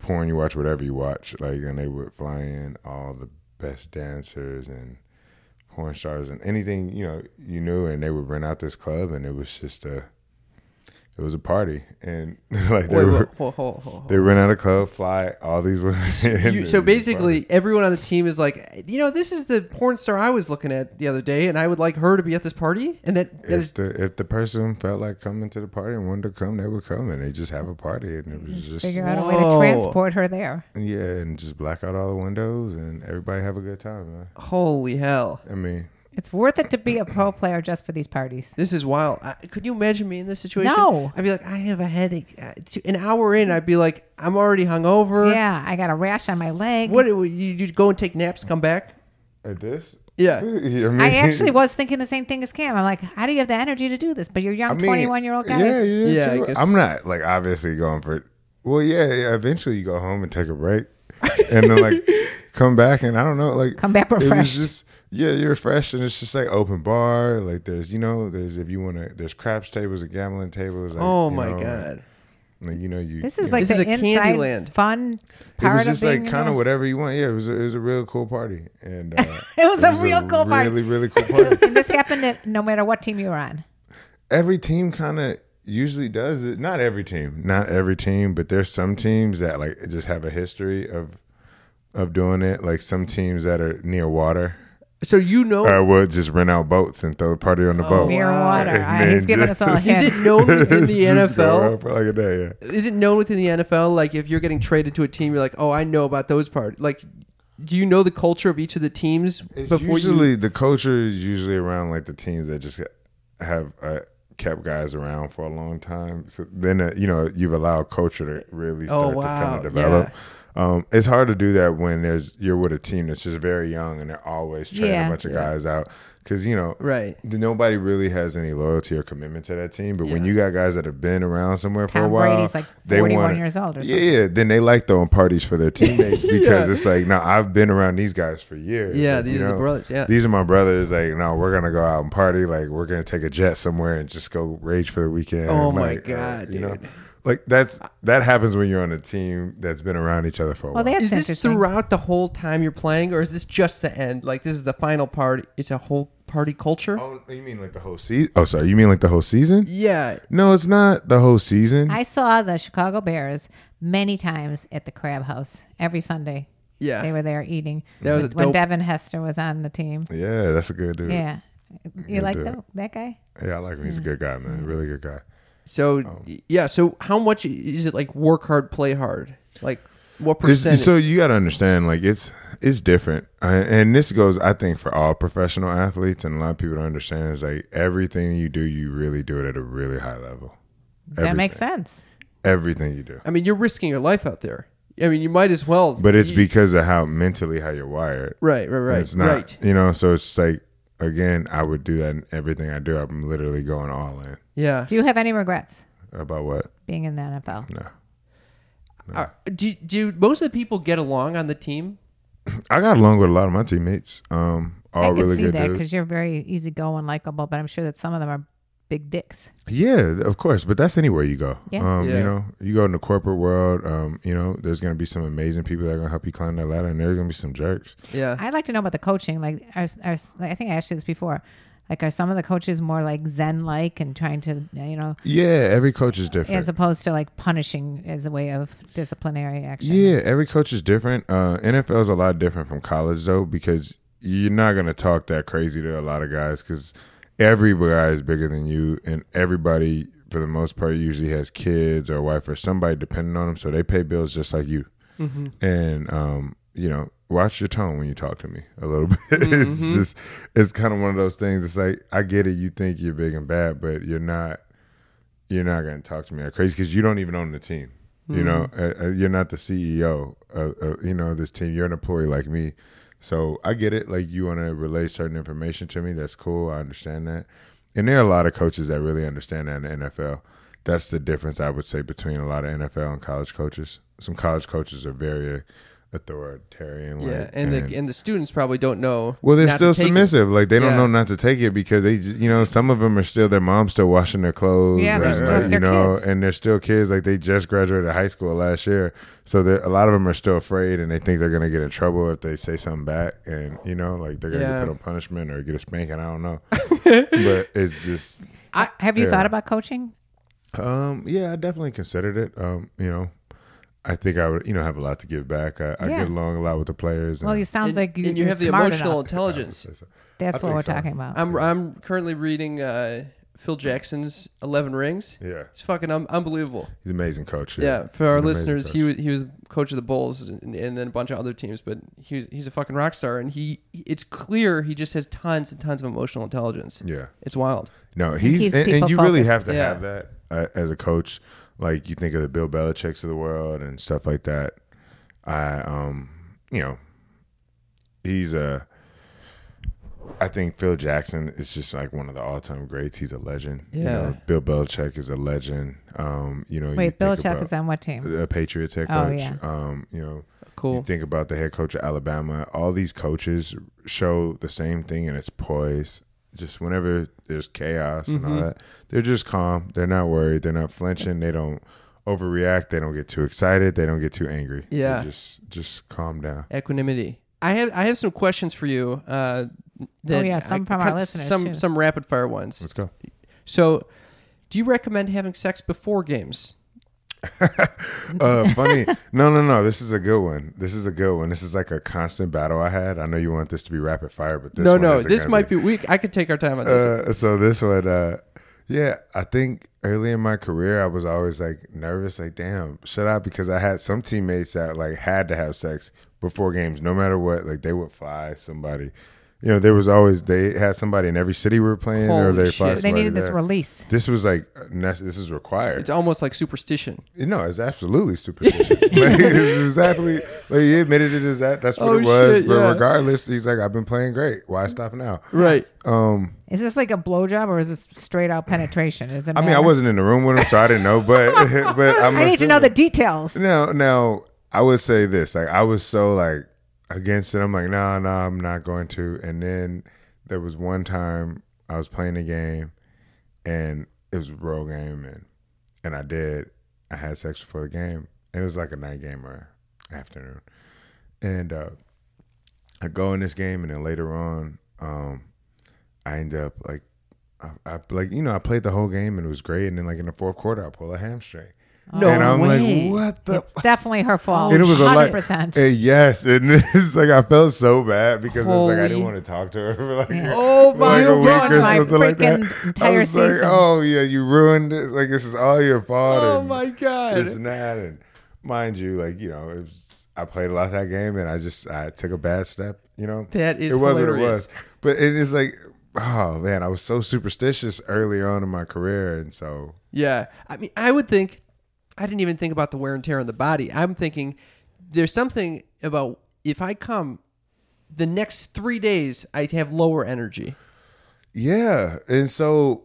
Speaker 3: porn, you watch whatever you watch. Like, and they would fly in all the best dancers and porn stars and anything you know you knew, and they would rent out this club, and it was just a. It was a party, and <laughs> like they
Speaker 2: Wait,
Speaker 3: were
Speaker 2: wait, hold, hold, hold,
Speaker 3: <laughs>
Speaker 2: hold.
Speaker 3: they rent out a club, fly all these women.
Speaker 2: <laughs>
Speaker 3: in
Speaker 2: You-
Speaker 3: and
Speaker 2: so
Speaker 3: just
Speaker 2: basically,
Speaker 3: party.
Speaker 2: everyone on the team is like, you know, this is the porn star I was looking at the other day, and I would like her to be at this party, and that that is
Speaker 3: if the if the person felt like coming to the party and wanted to come, they would come, and they just have a party, and it was just
Speaker 4: Figure
Speaker 3: yeah,
Speaker 4: out a way to
Speaker 2: Whoa.
Speaker 4: transport her there.
Speaker 3: and just black out all the windows, and everybody have a good time, man.
Speaker 2: holy hell.
Speaker 3: I mean,
Speaker 4: It's worth it to be a pro player just for these parties.
Speaker 2: This is wild. I, could you imagine me in this situation?
Speaker 4: No.
Speaker 2: I'd be like, I have a headache. Uh, two- An hour in, I'd be like, I'm already hungover.
Speaker 4: Yeah, I got a rash on my leg.
Speaker 2: What you you go and take naps, come back?
Speaker 3: at this, <laughs>
Speaker 2: Yeah.
Speaker 3: I, mean, <laughs>
Speaker 4: I actually was thinking the same thing as Cam. I'm like, how do you have the energy to do this? But you're young,
Speaker 3: I mean,
Speaker 4: 21 year old guys.
Speaker 3: Yeah, yeah,
Speaker 2: Yeah, I
Speaker 3: too.
Speaker 2: guess.
Speaker 3: I'm not like obviously going for. Well, yeah, yeah, eventually you go home and take a break, and then
Speaker 4: <laughs>
Speaker 3: like come back, and I don't know, like
Speaker 4: Come back
Speaker 3: It was
Speaker 4: refreshed.
Speaker 3: just yeah, you're fresh, and it's just like open bar. Like there's you know there's if you want to there's craps tables and gambling tables. Like,
Speaker 2: Oh
Speaker 3: you
Speaker 2: my
Speaker 3: know,
Speaker 2: god.
Speaker 3: Like you know you.
Speaker 4: This
Speaker 3: you
Speaker 4: is
Speaker 3: know,
Speaker 4: like
Speaker 2: This is
Speaker 4: the
Speaker 2: a candy
Speaker 4: inside
Speaker 2: land.
Speaker 4: fun
Speaker 3: it
Speaker 4: part
Speaker 3: was just
Speaker 4: of being
Speaker 3: like kind of
Speaker 4: there.
Speaker 3: whatever you want. Yeah, it was a, it was a real cool party, and uh,
Speaker 4: <laughs> It was a real cool
Speaker 3: really,
Speaker 4: party.
Speaker 3: Really, really cool
Speaker 4: <laughs>
Speaker 3: party.
Speaker 4: <laughs> And this happened at no matter what team you
Speaker 3: <laughs>
Speaker 4: were on.
Speaker 3: every team kind of usually does it. Not every team, not every team, but there's some teams that like just have a history of of doing it. Like some teams that are near water,
Speaker 2: So you know,
Speaker 3: or will just rent out boats and throw the party on the boat. <laughs>
Speaker 4: Beer
Speaker 2: wow.
Speaker 4: water.
Speaker 3: And
Speaker 4: Ah, he's
Speaker 3: then
Speaker 4: giving us
Speaker 3: just-
Speaker 4: all
Speaker 3: <laughs>
Speaker 2: <laughs>
Speaker 4: a
Speaker 2: is it
Speaker 4: hint.
Speaker 2: known Oh, in
Speaker 3: It's
Speaker 2: the
Speaker 3: just going on
Speaker 2: NFL?
Speaker 3: for like a day, yeah.
Speaker 2: Is it known within the NFL? Like if you're getting traded to a team, you're like, oh, I know about those parts. Like, do you know the culture of each of the teams
Speaker 3: It's
Speaker 2: before
Speaker 3: usually
Speaker 2: you?
Speaker 3: the culture is usually around like the teams that just have uh, kept guys around for a long time. So then uh, you know you've allowed culture to really
Speaker 2: Oh,
Speaker 3: start to kind
Speaker 2: wow.
Speaker 3: of develop. Um, it's hard to do that when there's you're with a team that's just very young and they're always trading
Speaker 4: Yeah.
Speaker 3: a bunch of guys out because you know
Speaker 2: Right.
Speaker 3: th- nobody really has any loyalty or commitment to that team. But when you got guys that have been around somewhere for a
Speaker 4: Tom
Speaker 3: while,
Speaker 4: Brady's like
Speaker 3: they
Speaker 4: 41
Speaker 3: wanna-
Speaker 4: years old or
Speaker 3: yeah, yeah. Then they like throwing parties
Speaker 2: <laughs>
Speaker 3: for their teammates because it's like, no, I've been around these guys for years.
Speaker 2: Yeah,
Speaker 3: Like,
Speaker 2: these
Speaker 3: you
Speaker 2: are the
Speaker 3: know,
Speaker 2: brothers. Yeah.
Speaker 3: These are my brothers. Like, no, we're gonna go out and party. Like, we're gonna take a jet somewhere and just go rage for the weekend.
Speaker 2: Oh
Speaker 3: And,
Speaker 2: my
Speaker 3: like, uh,
Speaker 2: God,
Speaker 3: you know,
Speaker 2: dude.
Speaker 3: like that's that happens when you're on a team that's been around each other for a
Speaker 4: Well,
Speaker 3: while.
Speaker 4: that's
Speaker 2: Is this
Speaker 4: interesting.
Speaker 2: throughout the whole time you're playing, or is this just the end? Like this is the final part. It's a whole party culture.
Speaker 3: Oh, you mean like the whole season? Oh, sorry, you mean like the whole season?
Speaker 2: Yeah.
Speaker 3: No, it's not the whole season.
Speaker 4: I saw the Chicago Bears many times at the Crab House every Sunday.
Speaker 2: Yeah.
Speaker 4: They were there eating.
Speaker 2: That was a
Speaker 4: when- when
Speaker 2: dope-
Speaker 4: Devin Hester was on the team.
Speaker 3: Yeah, that's a good dude.
Speaker 4: Yeah. You
Speaker 3: Good
Speaker 4: like
Speaker 3: dude.
Speaker 4: that, that guy?
Speaker 3: Yeah, I like him. He's a good guy, man. Really good guy.
Speaker 2: So
Speaker 3: Oh.
Speaker 2: yeah, so how much is it like work hard, play hard? Like what
Speaker 3: It's-
Speaker 2: percentage?
Speaker 3: so you got to understand, like it's it's different, I, and this goes, I think, for all professional athletes, and a lot of people don't understand is like everything you do, you really do it at a really high level.
Speaker 4: That
Speaker 3: Everything.
Speaker 4: makes sense.
Speaker 3: Everything you do,
Speaker 2: I mean, you're risking your life out there. I mean, you might as well.
Speaker 3: but it's
Speaker 2: you-
Speaker 3: because of how mentally how you're wired.
Speaker 2: right, right, right,
Speaker 3: it's not,
Speaker 2: right.
Speaker 3: you know. So it's like again, I would do that in everything I do. I'm literally going all in
Speaker 2: Yeah.
Speaker 4: Do you have any regrets
Speaker 3: about what.
Speaker 4: being in the NFL?
Speaker 3: No,
Speaker 2: Are- Uh, Do do most of the people get along on the team?
Speaker 3: I got along with a lot of my teammates. Um, all
Speaker 4: I can
Speaker 3: really
Speaker 4: see
Speaker 3: good
Speaker 4: that
Speaker 3: dudes.
Speaker 4: because you're very easygoing, likable, but I'm sure that some of them are big dicks.
Speaker 3: Yeah, of course, but that's anywhere you go.
Speaker 4: Yeah.
Speaker 3: Um,
Speaker 2: Yeah.
Speaker 3: You know, you go in the corporate world. Um, you know, there's gonna be some amazing people that are gonna help you climb that ladder, and there's gonna be some jerks.
Speaker 2: Yeah.
Speaker 4: I'd like to know about the coaching. Like, are, are, I think I asked you this before. Like, are some of the coaches more like Zen like and trying to, you know,
Speaker 3: Yeah, every coach is different.
Speaker 4: as opposed to like punishing as a way of disciplinary action?
Speaker 3: Yeah, every coach is different. Uh, NFL is a lot different from college though because you're not gonna talk that crazy to a lot of guys because every guy is bigger than you, and everybody for the most part usually has kids or a wife or somebody depending on them, so they pay bills just like you. And um, you know, watch your tone when you talk to me a little <laughs> bit. it's just it's kind of one of those things. It's like I get it. You think you're big and bad, but you're not you're not going to talk to me like crazy because you don't even own the team. You know, uh, uh, you're not the CEO of, of you know this team. You're an employee like me, so I get it. Like you want to relay certain information to me. That's cool. I understand that. And there are a lot of coaches that really understand that in the NFL. That's the difference I would say between a lot of NFL and college coaches. Some college coaches are very uh, authoritarian. like,
Speaker 2: yeah, and, the and the students probably don't know.
Speaker 3: well, they're
Speaker 2: not
Speaker 3: still
Speaker 2: to take it.
Speaker 3: submissive. Like they don't
Speaker 2: Yeah.
Speaker 3: know not to take it because they, j- you know, some of them are still their mom's still washing their clothes.
Speaker 4: Yeah,
Speaker 2: they're
Speaker 3: and,
Speaker 2: still-
Speaker 3: like,
Speaker 4: they're
Speaker 3: you know,
Speaker 4: kids.
Speaker 3: and they're still kids. Like they just graduated high school last year, so they're- a lot of them are still afraid, and they think they're gonna get in trouble if they say something back, and you know, like they're gonna
Speaker 2: Yeah.
Speaker 3: get put on punishment or get a spanking. I
Speaker 2: <laughs>
Speaker 3: don't know, but it's just,
Speaker 4: Have you
Speaker 3: Yeah.
Speaker 4: thought about coaching?
Speaker 3: um, yeah, I definitely considered it. Um, you know. I think I would, you know, have a lot to give back. I, I
Speaker 4: Yeah.
Speaker 3: get along a lot with the players.
Speaker 4: Well,
Speaker 3: and-
Speaker 4: you
Speaker 2: And,
Speaker 4: sounds like you,
Speaker 2: and you
Speaker 4: are
Speaker 2: have the
Speaker 4: smart
Speaker 2: emotional
Speaker 4: enough.
Speaker 2: intelligence.
Speaker 4: That's
Speaker 3: I
Speaker 4: what
Speaker 3: think
Speaker 4: we're
Speaker 3: so.
Speaker 4: talking about.
Speaker 2: I'm I'm currently reading uh, Phil Jackson's Eleven Rings.
Speaker 3: yeah,
Speaker 2: It's fucking un- unbelievable.
Speaker 3: he's an amazing coach.
Speaker 2: Yeah, for
Speaker 3: He's
Speaker 2: our
Speaker 3: an amazing
Speaker 2: listeners,
Speaker 3: coach.
Speaker 2: he was he was coach of the Bulls and, and then a bunch of other teams, but he was, he's a fucking rock star, and he it's clear he just has tons and tons of emotional intelligence.
Speaker 3: Yeah.
Speaker 2: It's wild.
Speaker 3: No, he's
Speaker 4: keeps
Speaker 3: and,
Speaker 4: people
Speaker 3: and you really
Speaker 4: focused.
Speaker 3: have to
Speaker 2: Yeah.
Speaker 3: have that uh, as a coach. Like you think of the Bill Belichick's of the world and stuff like that. I um, you know, he's a. I think Phil Jackson is just like one of the all-time greats. He's a legend. You
Speaker 2: Yeah.
Speaker 3: know, Bill Belichick is a legend. Um, you know, you think
Speaker 4: Wait, Belichick
Speaker 3: about
Speaker 4: is on what team?
Speaker 3: a Patriots head
Speaker 4: Oh,
Speaker 3: coach.
Speaker 4: yeah.
Speaker 3: Um, you know, you
Speaker 2: Cool.
Speaker 3: think about the head coach of Alabama. All these coaches show the same thing, and it's poise. Just whenever there's chaos and
Speaker 2: Mm-hmm.
Speaker 3: all that, they're just calm. They're not worried. They're not flinching. They don't overreact. They don't get too excited. They don't get too angry. They
Speaker 2: Yeah.
Speaker 3: just just calm down.
Speaker 2: Equanimity. I have I have some questions for you. Uh, that
Speaker 4: Oh, yeah, some
Speaker 2: I-
Speaker 4: from our
Speaker 2: kind of
Speaker 4: listeners,
Speaker 2: Some
Speaker 4: too.
Speaker 2: some rapid fire ones.
Speaker 3: Let's
Speaker 2: <laughs>
Speaker 3: go.
Speaker 2: So, do you recommend having sex before games?
Speaker 3: Uh, funny. no, no, no. This is a good one. This is a good one. This is like a constant battle I had. I know you want this to be rapid fire, but this
Speaker 2: no,
Speaker 3: one
Speaker 2: no,
Speaker 3: isn't
Speaker 2: this
Speaker 3: gonna
Speaker 2: might be weak. I could take our time on this.
Speaker 3: Uh, so this one, uh, yeah, I think early in my career, I was always like nervous, like, damn, should I? Because I had some teammates that like had to have sex before games, no matter what. Like they would fly somebody. You know, there was always they had somebody in every city we were playing, or
Speaker 2: Holy
Speaker 3: they fly.
Speaker 2: shit.
Speaker 4: They
Speaker 3: somebody
Speaker 4: needed this
Speaker 3: there.
Speaker 4: release.
Speaker 3: This was like nec- this is required.
Speaker 2: it's almost like superstition.
Speaker 3: No, it's
Speaker 2: <laughs>
Speaker 3: absolutely superstition. <laughs> like, it's exactly like he admitted it is that. That's what
Speaker 2: Oh,
Speaker 3: it was.
Speaker 2: shit,
Speaker 3: but
Speaker 2: yeah.
Speaker 3: regardless, he's like, I've been playing great. Why stop now?
Speaker 2: Right.
Speaker 4: Is this like a blowjob or is this straight out penetration? Is it?
Speaker 3: I mean, I
Speaker 4: matter?
Speaker 3: wasn't in the room with him, so I didn't know. But <laughs> but I'm
Speaker 4: I need to know the
Speaker 3: assuming-
Speaker 4: details.
Speaker 3: Now now I would say this like I was so like against it. I'm like no nah, no nah, I'm not going to. And then there was one time I was playing a game, and it was a road game, and and I did I had sex before the game, and it was like a night game or afternoon, and uh, I go in this game, and then later on um, I end up like I, I like you know I played the whole game and it was great, and then like in the fourth quarter I pull a hamstring.
Speaker 2: No
Speaker 3: and I'm
Speaker 2: way.
Speaker 3: like, what the?
Speaker 4: It's definitely her fault.
Speaker 3: and it was a like,
Speaker 4: 100%.
Speaker 3: eh, yes, and <laughs> it's like I felt so bad because I was like I
Speaker 2: Holy-
Speaker 3: didn't want to talk to her <laughs> for like,
Speaker 4: Oh my
Speaker 3: like a week
Speaker 4: God,
Speaker 3: or
Speaker 4: my
Speaker 3: something like that.
Speaker 4: freaking
Speaker 3: I
Speaker 4: entire
Speaker 3: was like,
Speaker 4: season.
Speaker 3: oh yeah, you ruined it. Like this is all your fault.
Speaker 2: Oh
Speaker 3: and
Speaker 2: my God.
Speaker 3: this and that. And mind you, like you know, it was, I played a lot that game, and I just I took a bad step. You know,
Speaker 2: That is
Speaker 3: it was what it
Speaker 2: hilarious.
Speaker 3: was. But it is like, oh man, I was so superstitious earlier on in my career, and so
Speaker 2: Yeah. I mean, I would think, I didn't even think about the wear and tear on the body. I'm thinking there's something about if I come the next three days, I have lower energy.
Speaker 3: Yeah, and so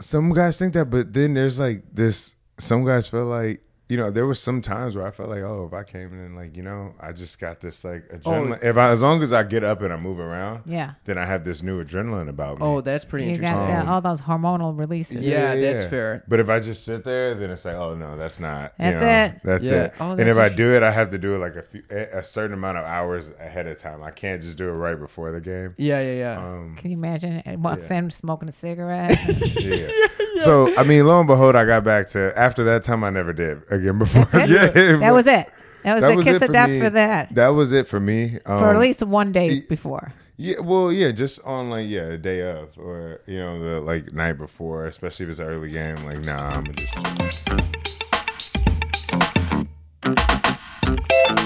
Speaker 3: some guys think that, but then there's like this. Some guys feel like you know there was some times where I felt like, oh, if I came in like you know I just got this like adrenaline. If I as long as I get up and I move around,
Speaker 4: Yeah.
Speaker 3: then I have this new adrenaline about me.
Speaker 2: Oh, that's pretty
Speaker 4: You got
Speaker 2: interesting.
Speaker 4: the- all those hormonal releases.
Speaker 2: Yeah, that's fair.
Speaker 3: But if I just sit there, then it's like, oh no, that's not. you
Speaker 4: That's
Speaker 3: know,
Speaker 4: it.
Speaker 3: That's
Speaker 2: Yeah.
Speaker 3: it.
Speaker 2: Oh,
Speaker 3: and
Speaker 2: that's
Speaker 3: if I do it, I have to do it like a few, a a certain amount of hours ahead of time. I can't just do it right before the game.
Speaker 2: Yeah, yeah,
Speaker 3: Uh,
Speaker 2: yeah.
Speaker 4: Can you imagine? It walks in smoking a cigarette.
Speaker 3: <laughs>
Speaker 4: <laughs>
Speaker 3: yeah. So I mean, lo and behold, I got back to after that time. I never did again <laughs> before.
Speaker 4: That's it. that was it. That was the kiss of death
Speaker 3: me.
Speaker 4: for that.
Speaker 3: That was it for me. Um,
Speaker 4: for at least one day before.
Speaker 3: yeah, well, yeah, just on like yeah, a day of or you know the like night before, especially if it's an early game. Like, nah, I'm just.
Speaker 4: <laughs>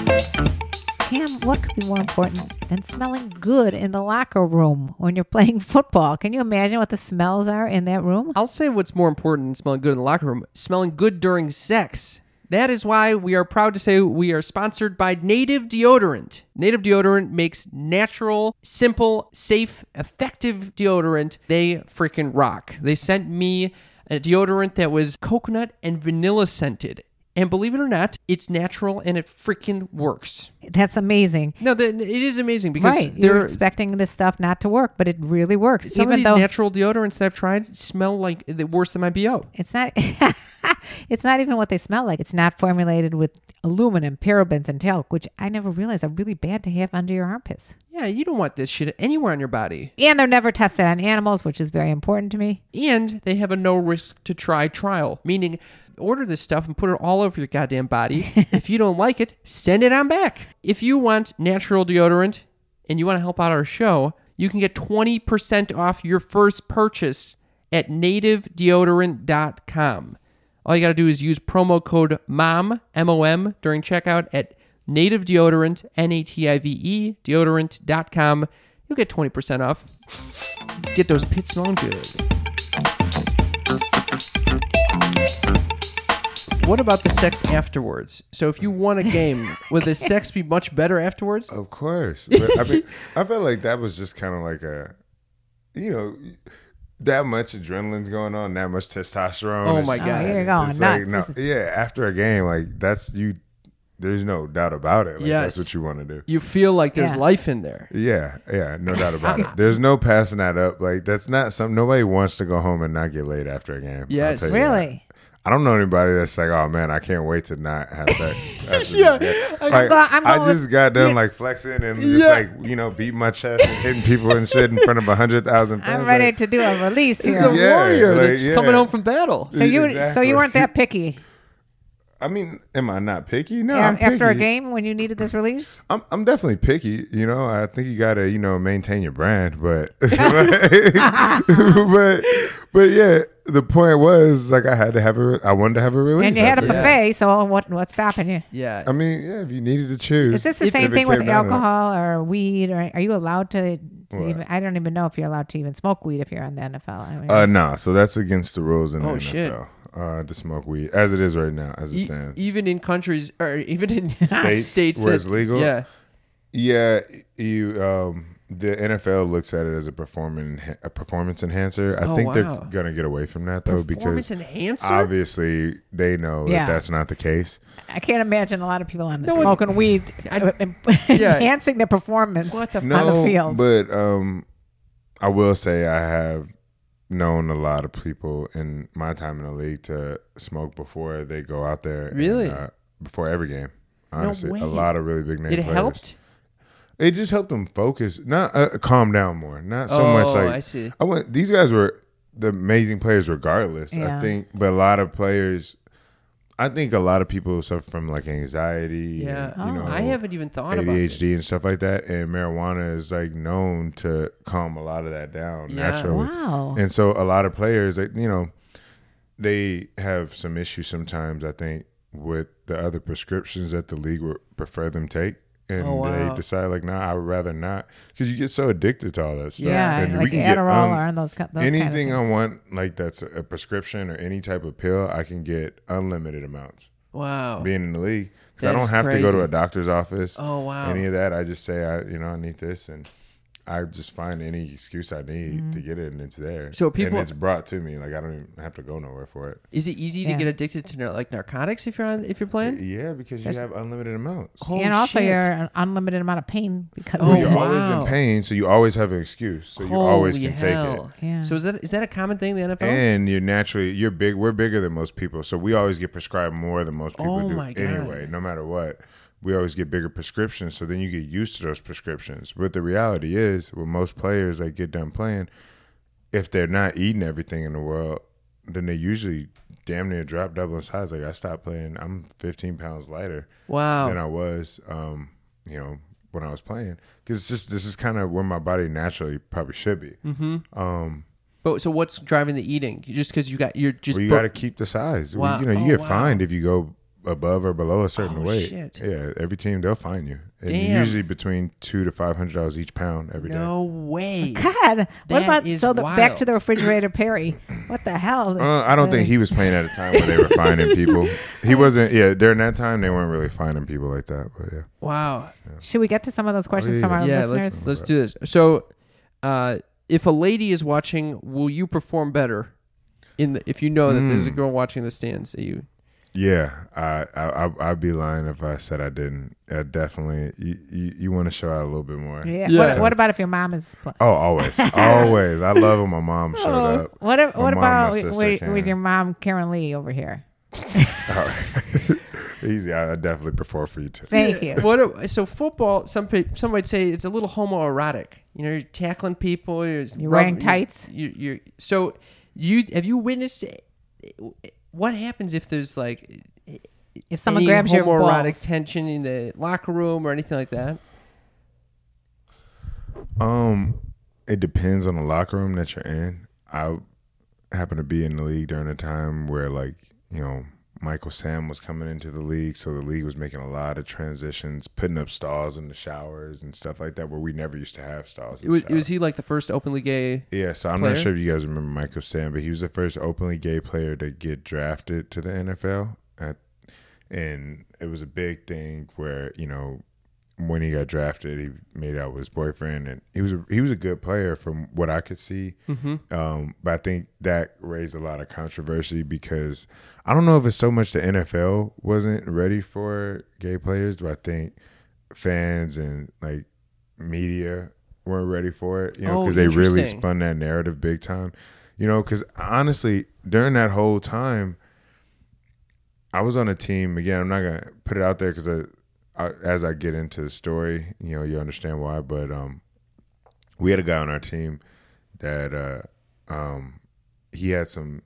Speaker 4: Cam, what could be more important than smelling good in the locker room when you're playing <laughs> football? Can you imagine what the smells are in that room?
Speaker 2: I'll say what's more important than smelling good in the locker room smelling good during sex. That is why we are proud to say we are sponsored by Native Deodorant. Native Deodorant makes natural, simple, safe, effective deodorant. They freaking rock. They sent me a deodorant that was coconut and vanilla scented. And believe it or not, it's natural and it freaking works.
Speaker 4: That's amazing.
Speaker 2: No, the, it is amazing Oh. because
Speaker 4: Right. You're
Speaker 2: they're,
Speaker 4: expecting this stuff not to work, but it really works.
Speaker 2: some of
Speaker 4: Even
Speaker 2: these
Speaker 4: though
Speaker 2: natural deodorants that I've tried smell like they're worse than my BO.
Speaker 4: it's not <laughs> it's not even what they smell like. It's not formulated with aluminum, parabens, and talc, which I never realized are really bad to have under your armpits.
Speaker 2: Yeah, you don't want this shit anywhere on your body.
Speaker 4: And they're never tested on animals, which is very important to me.
Speaker 2: And they have a no risk to try trial, meaning order this stuff and put it all over your goddamn body. if you don't like it, send it on back. If you want natural deodorant and you want to help out our show, you can get 20% off your first purchase at nativedeodorant.com. All you got to do is use promo code MOM, M O M, during checkout at native deodorant, N A T I V E, deodorant.com. You'll get 20% off. Get those pits smelling good. What about the sex afterwards? So if you won a <laughs> game, would the sex be much better afterwards?
Speaker 3: Of course. But, I
Speaker 4: <laughs>
Speaker 3: mean, I felt like that was just kind of like a, you know, that much adrenaline's going on, that much testosterone.
Speaker 2: Oh
Speaker 3: It's-
Speaker 2: my God. Oh,
Speaker 4: you're going
Speaker 3: it's
Speaker 4: nuts.
Speaker 3: like, no,
Speaker 4: This is-
Speaker 3: yeah, after a game, like that's you. There's no doubt about it. Like,
Speaker 2: Yes.
Speaker 3: that's what you want to do.
Speaker 2: You feel like there's
Speaker 4: Yeah.
Speaker 2: life in there.
Speaker 3: Yeah, yeah, no doubt about
Speaker 4: <laughs>
Speaker 3: it. There's no passing that up. Like that's not something nobody wants to go home and not get laid after a game. I'll
Speaker 2: Yes.
Speaker 3: tell you that.
Speaker 4: Really?
Speaker 3: I don't know anybody that's like, oh man, I can't wait to not have
Speaker 4: <laughs>
Speaker 3: sex. <laughs> after
Speaker 2: Yeah.
Speaker 3: this game."
Speaker 4: I'm
Speaker 3: Like,
Speaker 4: go- I'm
Speaker 3: I
Speaker 4: going with-
Speaker 3: just got done like flexing and just
Speaker 2: Yeah.
Speaker 3: like you know beating my chest and hitting people and shit in front of a hundred thousand fans.
Speaker 4: <laughs> I'm ready
Speaker 3: Like,
Speaker 4: to do
Speaker 3: <laughs>
Speaker 4: a release
Speaker 2: He's
Speaker 4: here.
Speaker 2: a
Speaker 3: Yeah,
Speaker 2: warrior
Speaker 3: like,
Speaker 2: that's
Speaker 3: yeah.
Speaker 2: coming home from battle.
Speaker 4: So you so
Speaker 3: Exactly.
Speaker 4: you weren't that picky
Speaker 3: I mean, am I not picky? <laughs> No, I'm
Speaker 4: af- after a
Speaker 3: picky.
Speaker 4: game when you needed this release.
Speaker 3: I'm I'm definitely picky. You know, I think you gotta you know maintain your brand,
Speaker 4: <laughs>
Speaker 3: but <laughs> but but yeah, the point was like I had to have a I wanted to have a release.
Speaker 4: And you had a
Speaker 3: after.
Speaker 4: buffet, so what what's stopping you?
Speaker 2: Yeah.
Speaker 3: I mean, yeah, if you needed to choose,
Speaker 4: Is this the
Speaker 3: if it
Speaker 4: same thing with
Speaker 3: came down to that.
Speaker 4: alcohol or weed? Or are you allowed to? Even, I don't even know if you're allowed to even smoke weed if you're on the NFL. I mean,
Speaker 3: Uh, nah, so that's against the rules in
Speaker 2: Oh,
Speaker 3: the NFL.
Speaker 2: shit.
Speaker 3: Uh, to smoke weed as it is right now, as it
Speaker 2: E-
Speaker 3: stands.
Speaker 2: even in countries or even in <laughs> states,
Speaker 3: States where it's
Speaker 2: that-
Speaker 3: legal?
Speaker 2: Yeah.
Speaker 3: yeah, you. Um, the NFL looks at it as a performance a performance enhancer. I
Speaker 2: Oh,
Speaker 3: think
Speaker 2: wow.
Speaker 3: they're gonna get away from that though
Speaker 2: Performance
Speaker 3: Oh, because
Speaker 2: enhancer?
Speaker 3: obviously they know
Speaker 4: Yeah.
Speaker 3: that that's not the case.
Speaker 4: I can't imagine a lot of people on the
Speaker 2: No, it's-
Speaker 4: smoking
Speaker 2: <laughs>
Speaker 4: weed,
Speaker 2: I-
Speaker 4: en-
Speaker 2: Yeah.
Speaker 4: <laughs> enhancing their performance
Speaker 2: What the
Speaker 4: on
Speaker 2: f-
Speaker 3: No,
Speaker 4: the field.
Speaker 3: but um, I will say I have known a lot of people in my time in the league to smoke before they go out there. and,
Speaker 2: Really?
Speaker 3: uh, before every game. Honestly,
Speaker 2: way.
Speaker 3: a lot of really big name
Speaker 2: It
Speaker 3: players.
Speaker 2: helped?
Speaker 3: It just helped them focus, not uh, calm down more. Not so much
Speaker 2: Oh,
Speaker 3: like
Speaker 2: I see.
Speaker 3: I went. These guys were the amazing players, regardless.
Speaker 4: Yeah.
Speaker 3: I think, but a lot of players. I think a lot of people suffer from like anxiety.
Speaker 2: Yeah. Oh,
Speaker 3: and, you know,
Speaker 2: I haven't even thought about this.
Speaker 3: ADHD and stuff like that, and marijuana is like known to calm a lot of that down
Speaker 2: Yeah.
Speaker 3: naturally.
Speaker 4: Wow.
Speaker 3: And so a lot of players, like, you know, they have some issues sometimes. I think with the other prescriptions that the league would prefer them take, and
Speaker 2: Oh, wow.
Speaker 3: they decide like, nah, I would rather not, because you get so addicted to all that stuff.
Speaker 4: yeah,
Speaker 3: and
Speaker 4: like
Speaker 3: get
Speaker 4: Adderall
Speaker 2: um,
Speaker 3: un-
Speaker 4: or and those, co- those kind of
Speaker 3: anything
Speaker 4: things.
Speaker 3: I want, like that's a, a prescription or any type of pill, I can get unlimited amounts.
Speaker 2: Wow.
Speaker 3: Being in the league, because
Speaker 2: That
Speaker 3: I don't
Speaker 2: is
Speaker 3: have to go
Speaker 2: crazy.
Speaker 3: to a doctor's office.
Speaker 2: Oh, wow.
Speaker 3: Any of that, I just say I, you know, I need this, and I just find any excuse I need to get it, and it's there.
Speaker 2: Mm-hmm. So people-
Speaker 3: and it's brought to me. Like I don't even have to go nowhere for it.
Speaker 2: Is it easy to
Speaker 4: Yeah.
Speaker 2: get addicted to nar- like narcotics if you're on if you're playing?
Speaker 3: Yeah, because you have unlimited amounts.
Speaker 2: Oh,
Speaker 4: and also
Speaker 2: shit.
Speaker 4: you're an unlimited amount of pain because
Speaker 2: Oh,
Speaker 4: of
Speaker 3: You're
Speaker 4: it. <laughs>
Speaker 3: always
Speaker 2: wow.
Speaker 3: in pain, so you always have an excuse. So you always
Speaker 2: Holy
Speaker 3: can take it.
Speaker 2: hell.
Speaker 4: Yeah.
Speaker 2: So is that is that a common thing in the NFL?
Speaker 3: And you're naturally you're big. We're bigger than most people, so we always get prescribed more than most people
Speaker 2: Oh
Speaker 3: do.
Speaker 2: my God.
Speaker 3: Anyway, no matter what, we always get bigger prescriptions. So then you get used to those prescriptions. But the reality is, with most players that get done playing, if they're not eating everything in the world, then they usually damn near drop double in size. Like I stopped playing, I'm 15 pounds lighter than
Speaker 2: wow.
Speaker 3: I was, um, you know, when I was playing. Because it's just this is kind of where my body naturally probably should be.
Speaker 2: But so what's driving the eating? You- Just because you got you're just
Speaker 3: Well, you
Speaker 2: bu-
Speaker 3: got to keep the size.
Speaker 2: Wow.
Speaker 3: Well, you know, you
Speaker 2: Oh,
Speaker 3: get
Speaker 2: wow.
Speaker 3: fined if you go above or below a certain
Speaker 2: Oh,
Speaker 3: weight.
Speaker 2: shit.
Speaker 3: Yeah, every team they'll fine you, and
Speaker 2: Damn.
Speaker 3: usually between two to five hundred dollars each pound every day.
Speaker 2: no way.
Speaker 4: God,
Speaker 2: That
Speaker 4: what about
Speaker 2: is
Speaker 4: so the, back to
Speaker 2: wild.
Speaker 4: the refrigerator,
Speaker 2: <coughs>
Speaker 4: Perry? What the hell?
Speaker 3: Uh, I don't think he was playing at a time where they were
Speaker 2: <laughs>
Speaker 3: fining people. He wasn't. Yeah, during that time they weren't really fining people like that. But yeah,
Speaker 2: Wow.
Speaker 4: Should we get to some of those questions from our
Speaker 2: Yeah. Let's
Speaker 4: listeners?
Speaker 2: let's do this. So, uh, if a lady is watching, will you perform better? In the, if you know that there's
Speaker 3: Hmm.
Speaker 2: a girl watching the stands, that you
Speaker 3: yeah. I, I I I'd be lying if I said I didn't. I definitely. You you, you want to show out a little bit more.
Speaker 4: yeah.
Speaker 2: Yeah. Uh,
Speaker 4: What, what about if your mom is? Pl-
Speaker 2: <laughs>
Speaker 3: Oh, always, always. I love when my mom showed
Speaker 4: Oh,
Speaker 3: up.
Speaker 4: what if-
Speaker 3: My
Speaker 4: what
Speaker 3: mom, my
Speaker 4: about
Speaker 3: sister,
Speaker 4: with,
Speaker 3: Karen.
Speaker 4: with your mom, Karen Lee, over here?
Speaker 3: Easy. I, I definitely prefer for you too.
Speaker 4: Thank you.
Speaker 2: what? a- so football. Some pe- some might say it's a little homoerotic. You know, you're tackling people. You're,
Speaker 4: You're wearing tights?
Speaker 2: You you so you have you witnessed what happens if there's like
Speaker 4: If someone
Speaker 2: any
Speaker 4: grabs your
Speaker 2: homoerotic
Speaker 4: balls,
Speaker 2: tension in the locker room or anything like that?
Speaker 3: Um, it depends on the locker room that you're in. I happened to be in the league during a time where, like, you know, Michael Sam was coming into the league, so the league was making a lot of transitions, putting up stalls in the showers and stuff like that, where we never used to have stalls.
Speaker 2: It
Speaker 3: In
Speaker 2: was,
Speaker 3: the
Speaker 2: it was he like the first openly gay?
Speaker 3: yeah, so I'm not
Speaker 2: player?
Speaker 3: sure if you guys remember Michael Sam, but he was the first openly gay player to get drafted to the NFL. At, and it was a big thing where, you know, when he got drafted, he made out with his boyfriend, and he was a, he was a good player from what I could see. Um, but I think that raised a lot of controversy because I don't know if it's so much the NFL wasn't ready for gay players, but I think fans and like media weren't ready for it, you know,
Speaker 2: Oh,
Speaker 3: because they really
Speaker 2: interesting.
Speaker 3: spun that narrative big time, you know, because honestly, during that whole time, I was on a team again. I'm not gonna put it out there because I, I, as I get into the story, you know, you understand why. But um, we had a guy on our team that uh, um, he had some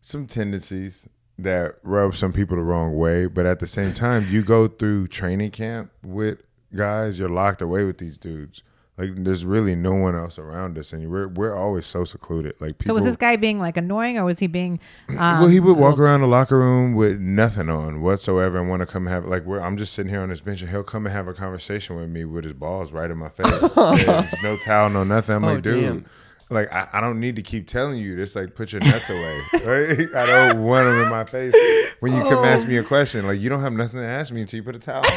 Speaker 3: some tendencies that rub some people the wrong way. But at the same time, you go through training camp with guys, you're locked away with these dudes. Like there's really no one else around us, and we're we're always so secluded. Like people,
Speaker 4: so was this guy being like annoying, or was he being? Um,
Speaker 3: well, he would walk around the locker room with nothing on whatsoever and want to come have like where I'm just sitting here on this bench and he'll come and have a conversation with me with his balls right
Speaker 4: <laughs>
Speaker 3: in my face. Yeah, there's no towel, no nothing. I'm
Speaker 2: Oh,
Speaker 3: like, dude,
Speaker 2: damn.
Speaker 3: like I, I don't need to keep telling you this. Like, put your nuts away. <laughs> Right? I don't want them in my face when you
Speaker 4: Oh.
Speaker 3: come ask me a question. Like, you don't have nothing to ask me until you put a towel. on.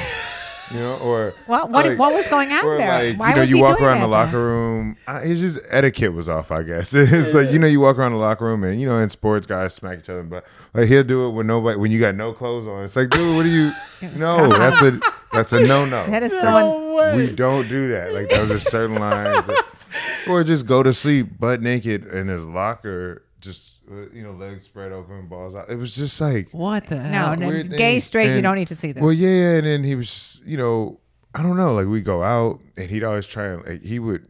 Speaker 3: You know, or
Speaker 4: What- what-
Speaker 3: like-
Speaker 4: what was going on
Speaker 3: or
Speaker 4: there?
Speaker 3: Like,
Speaker 4: Why
Speaker 3: you know,
Speaker 4: was
Speaker 3: you
Speaker 4: he
Speaker 3: walk
Speaker 4: doing
Speaker 3: around the
Speaker 4: that
Speaker 3: locker
Speaker 4: then?
Speaker 3: room. I, it's just etiquette was off, I guess. <laughs> It's like you know, you walk around the locker room, and you know, in sports, guys smack each other, but like he'll do it when nobody, when you got no clothes on. It's like, dude, what are
Speaker 4: <laughs>
Speaker 3: you? No, that's a that's a no no.
Speaker 4: that is someone.
Speaker 3: We don't do that. Like those are certain lines, or just go to sleep butt naked in his locker, just uh, you know, legs spread open, balls out. It was just like
Speaker 2: What the
Speaker 4: No,
Speaker 2: hell?
Speaker 4: no,
Speaker 3: Uh, weird
Speaker 4: gay,
Speaker 3: things.
Speaker 4: straight. you
Speaker 3: And-
Speaker 4: don't need to see this.
Speaker 3: well, yeah, yeah, and then he was, you know, I don't know. Like we go out, and he'd always try and like, he would,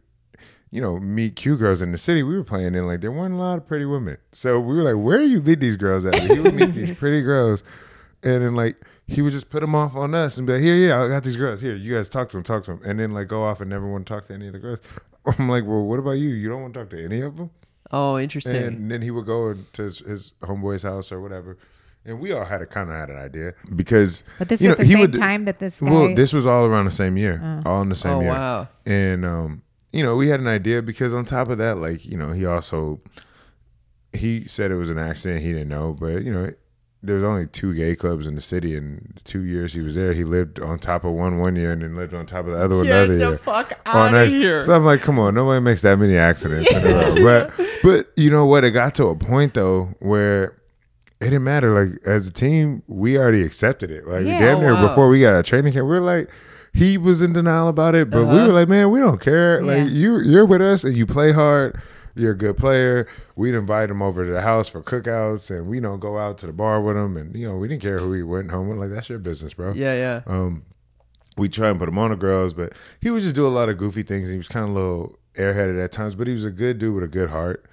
Speaker 3: you know, meet cute girls in the city we were playing in.
Speaker 4: <laughs>
Speaker 3: Like there weren't a lot of pretty women, so we were like, "Where do you meet these girls at?" He would meet these pretty girls, And then like he would just put them off on us and be like, here, yeah, I got these girls. Here, you guys talk to them, talk to them, and then like go off and never want to talk to any of the girls. <laughs> I'm like, well, what about you? You don't want to talk to any of them?
Speaker 2: Oh, interesting.
Speaker 3: And then he would go to his, his homeboy's house or whatever. And we all had a kind of had an idea because
Speaker 4: But this
Speaker 3: you
Speaker 4: is
Speaker 3: know,
Speaker 4: the
Speaker 3: he
Speaker 4: same
Speaker 3: would-
Speaker 4: time Uh. that this guy.
Speaker 3: Well, this was all around the same year, all in the same
Speaker 2: Oh,
Speaker 3: year.
Speaker 2: wow.
Speaker 3: And um, you know, we had an idea because on top of that, like you know, he also he said it was an accident. He didn't know, but you know, there was only two gay clubs in the city, and the two years he was there, he lived on top of one one year, and then lived on top of the other one another
Speaker 2: Get the
Speaker 3: year.
Speaker 2: fuck out
Speaker 3: on
Speaker 2: of
Speaker 3: us.
Speaker 2: here.
Speaker 3: Oh, So I'm like, come on, nobody makes that many accidents. in a row. But but you know what? It got to a point though where it didn't matter. Like as a team, we already accepted it. Like
Speaker 4: Yeah.
Speaker 3: damn near
Speaker 2: Oh, wow.
Speaker 3: before we got our training camp, we were like, he was in denial about it, but we were like, man, we don't care.
Speaker 4: Yeah.
Speaker 3: Like you you're with us and you play hard. You're a good player. We'd invite him over to the house for cookouts, and we don't go out to the bar with him. And you know, we didn't care who he went home with. Like that's your business, bro
Speaker 2: yeah, yeah.
Speaker 3: we try and put him on the girls, but he would just do a lot of goofy things. He was kind of a little airheaded at times, but he was a good dude with a good heart.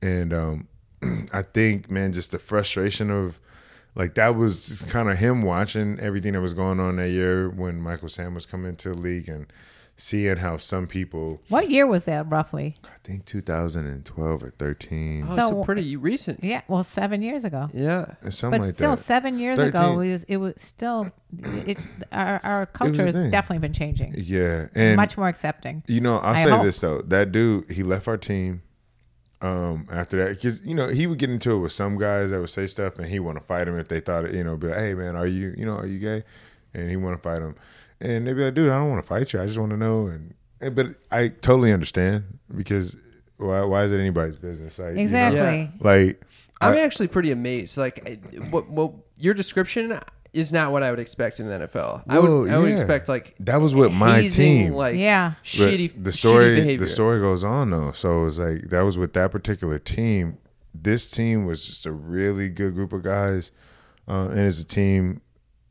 Speaker 3: And um, <clears throat> I think, man, just the frustration of like that was just kind of him watching everything that was going on that year when Michael Sam was coming to the league and seeing how some people,
Speaker 4: what year was that roughly?
Speaker 3: I think 2012 or 13,
Speaker 2: oh, so,
Speaker 4: so-
Speaker 2: pretty recent.
Speaker 4: Yeah, well, seven years ago.
Speaker 2: Yeah.
Speaker 3: something
Speaker 4: But
Speaker 3: like
Speaker 4: still,
Speaker 3: that.
Speaker 4: seven years ago,
Speaker 3: 13.
Speaker 4: we was, it was still it's our our
Speaker 3: was a
Speaker 4: culture has
Speaker 3: thing.
Speaker 4: definitely been changing,
Speaker 3: yeah. And
Speaker 4: much more accepting.
Speaker 3: You know, I'll
Speaker 4: I
Speaker 3: say
Speaker 4: hope.
Speaker 3: this though. That dude, he left our team um after that because you know he would get into it with some guys that would say stuff and he want to fight him if they thought it you know be like hey man are you you know are you gay and he want to fight him and they'd be like dude i don't want to fight you i just want to know and, and- but i totally understand because why, why is it anybody's business like you know?
Speaker 4: Exactly.
Speaker 2: Yeah.
Speaker 3: like
Speaker 2: I'm actually pretty amazed. Like, I- what, what your description is not what I would expect in the NFL. I would,
Speaker 3: Whoa,
Speaker 2: I would
Speaker 3: yeah.
Speaker 2: expect like
Speaker 3: that was with my
Speaker 2: hazing,
Speaker 3: team
Speaker 2: like
Speaker 4: Yeah.
Speaker 3: But
Speaker 2: shitty,
Speaker 3: the story
Speaker 2: shitty behavior.
Speaker 3: the story goes on though so it was like that was with that particular team this team was just a really good group of guys uh, and it's a team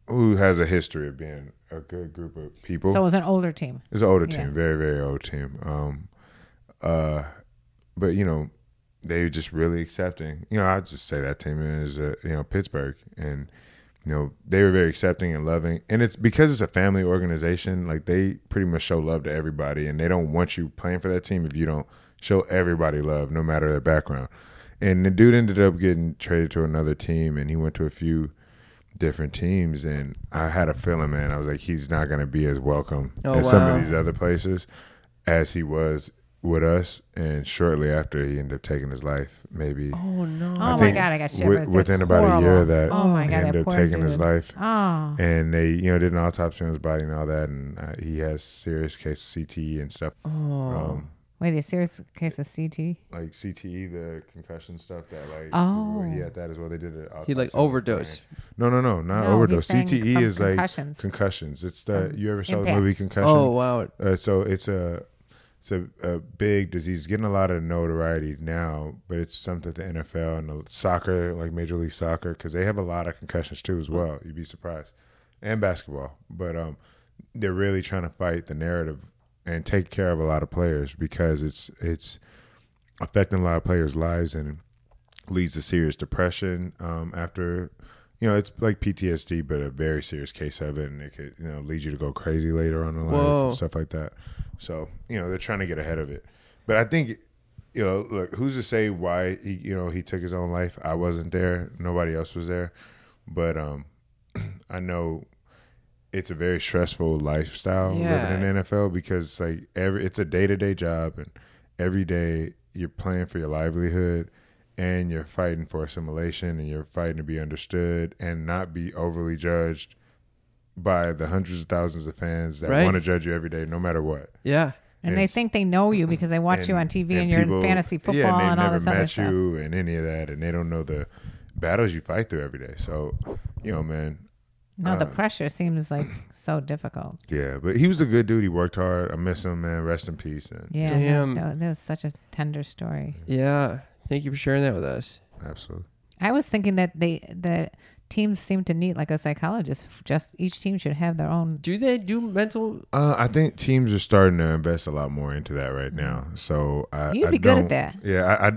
Speaker 3: who has a history of being a good group of people
Speaker 4: So it was an older team.
Speaker 3: it's an older
Speaker 4: Yeah.
Speaker 3: team, very very old team. Um, uh, but you know, they were just really accepting. You know, I just say that team is uh, you know Pittsburgh, and you know they were very accepting and loving. And it's because it's a family organization. Like they pretty much show love to everybody, and they don't want you playing for that team if you don't show everybody love, no matter their background. And the dude ended up getting traded to another team, and he went to a few different teams. And I had a feeling, man, I was like, he's not going to be as welcome
Speaker 2: Oh,
Speaker 3: at some
Speaker 2: wow.
Speaker 3: of these other places as he was with us. And shortly after, he ended up taking his life. Maybe
Speaker 2: Oh no!
Speaker 4: Oh my
Speaker 3: think
Speaker 4: god, I got
Speaker 3: wi-
Speaker 4: shivers. That's
Speaker 3: within about a year
Speaker 4: horrible.
Speaker 3: of that,
Speaker 4: Oh my
Speaker 3: he
Speaker 4: god,
Speaker 3: ended
Speaker 4: that
Speaker 3: up
Speaker 4: poor
Speaker 3: taking his
Speaker 4: dude.
Speaker 3: life.
Speaker 4: Oh,
Speaker 3: And they, you know, did an autopsy on his body and all that, and uh, he has serious case of CTE and stuff.
Speaker 4: Oh.
Speaker 3: Um,
Speaker 4: wait, a serious case of CT.
Speaker 3: like CTE, the concussion stuff that like
Speaker 4: Oh.
Speaker 3: he had that as well. They did it.
Speaker 2: He like overdosed.
Speaker 3: No, no, no, not
Speaker 4: No, he's
Speaker 3: overdose.
Speaker 4: saying
Speaker 3: CTE
Speaker 4: from
Speaker 3: is
Speaker 4: concussions.
Speaker 3: like concussions. It's the you ever saw
Speaker 4: impact.
Speaker 3: the movie Concussion?
Speaker 2: Oh wow!
Speaker 3: Uh, so it's a it's a, a big disease It's getting a lot of notoriety now, but it's something that the NFL and the soccer, like Major League Soccer, because they have a lot of concussions too as well. You'd be surprised, and basketball. But um, they're really trying to fight the narrative and take care of a lot of players because it's it's affecting a lot of players' lives and leads to serious depression um, after you know it's like PTSD but a very serious case of it and it could you know lead you to go crazy later on in life
Speaker 2: Whoa.
Speaker 3: and stuff like that so you know they're trying to get ahead of it but I think you know look who's to say why he you know he took his own life I wasn't there nobody else was there but um I know it's a very stressful lifestyle
Speaker 2: Yeah.
Speaker 3: living in the NFL because like every it's a day to day job and every day you're playing for your livelihood and you're fighting for assimilation and you're fighting to be understood and not be overly judged by the hundreds of thousands of fans that
Speaker 2: Right.
Speaker 3: want to judge you every day no matter what.
Speaker 2: Yeah,
Speaker 4: And they
Speaker 3: It's-
Speaker 4: think they know you because they watch you on TV and, you're
Speaker 3: people-
Speaker 4: in fantasy football
Speaker 3: yeah,
Speaker 4: and,
Speaker 3: they've
Speaker 4: all
Speaker 3: never
Speaker 4: this
Speaker 3: met
Speaker 4: other stuff.
Speaker 3: you and any of that, and they don't know the battles you fight through every day. So, you know, man,
Speaker 4: No,
Speaker 3: Uh,
Speaker 4: the pressure seems like so difficult.
Speaker 3: yeah. But he was a good dude. He worked hard. I miss him, man. Rest in peace. And
Speaker 4: Yeah, no,
Speaker 2: Damn.
Speaker 4: no, that was such a tender story.
Speaker 2: yeah. Thank you for sharing that with us.
Speaker 3: absolutely.
Speaker 4: I was thinking that they the teams seem to need, like a psychologist, just each team should have their own.
Speaker 2: Do they do mental?
Speaker 3: Uh, I think teams are starting to invest a lot more into that right now. So I,
Speaker 4: You'd
Speaker 3: I
Speaker 4: be good
Speaker 3: don't-
Speaker 4: at that.
Speaker 3: Yeah, I,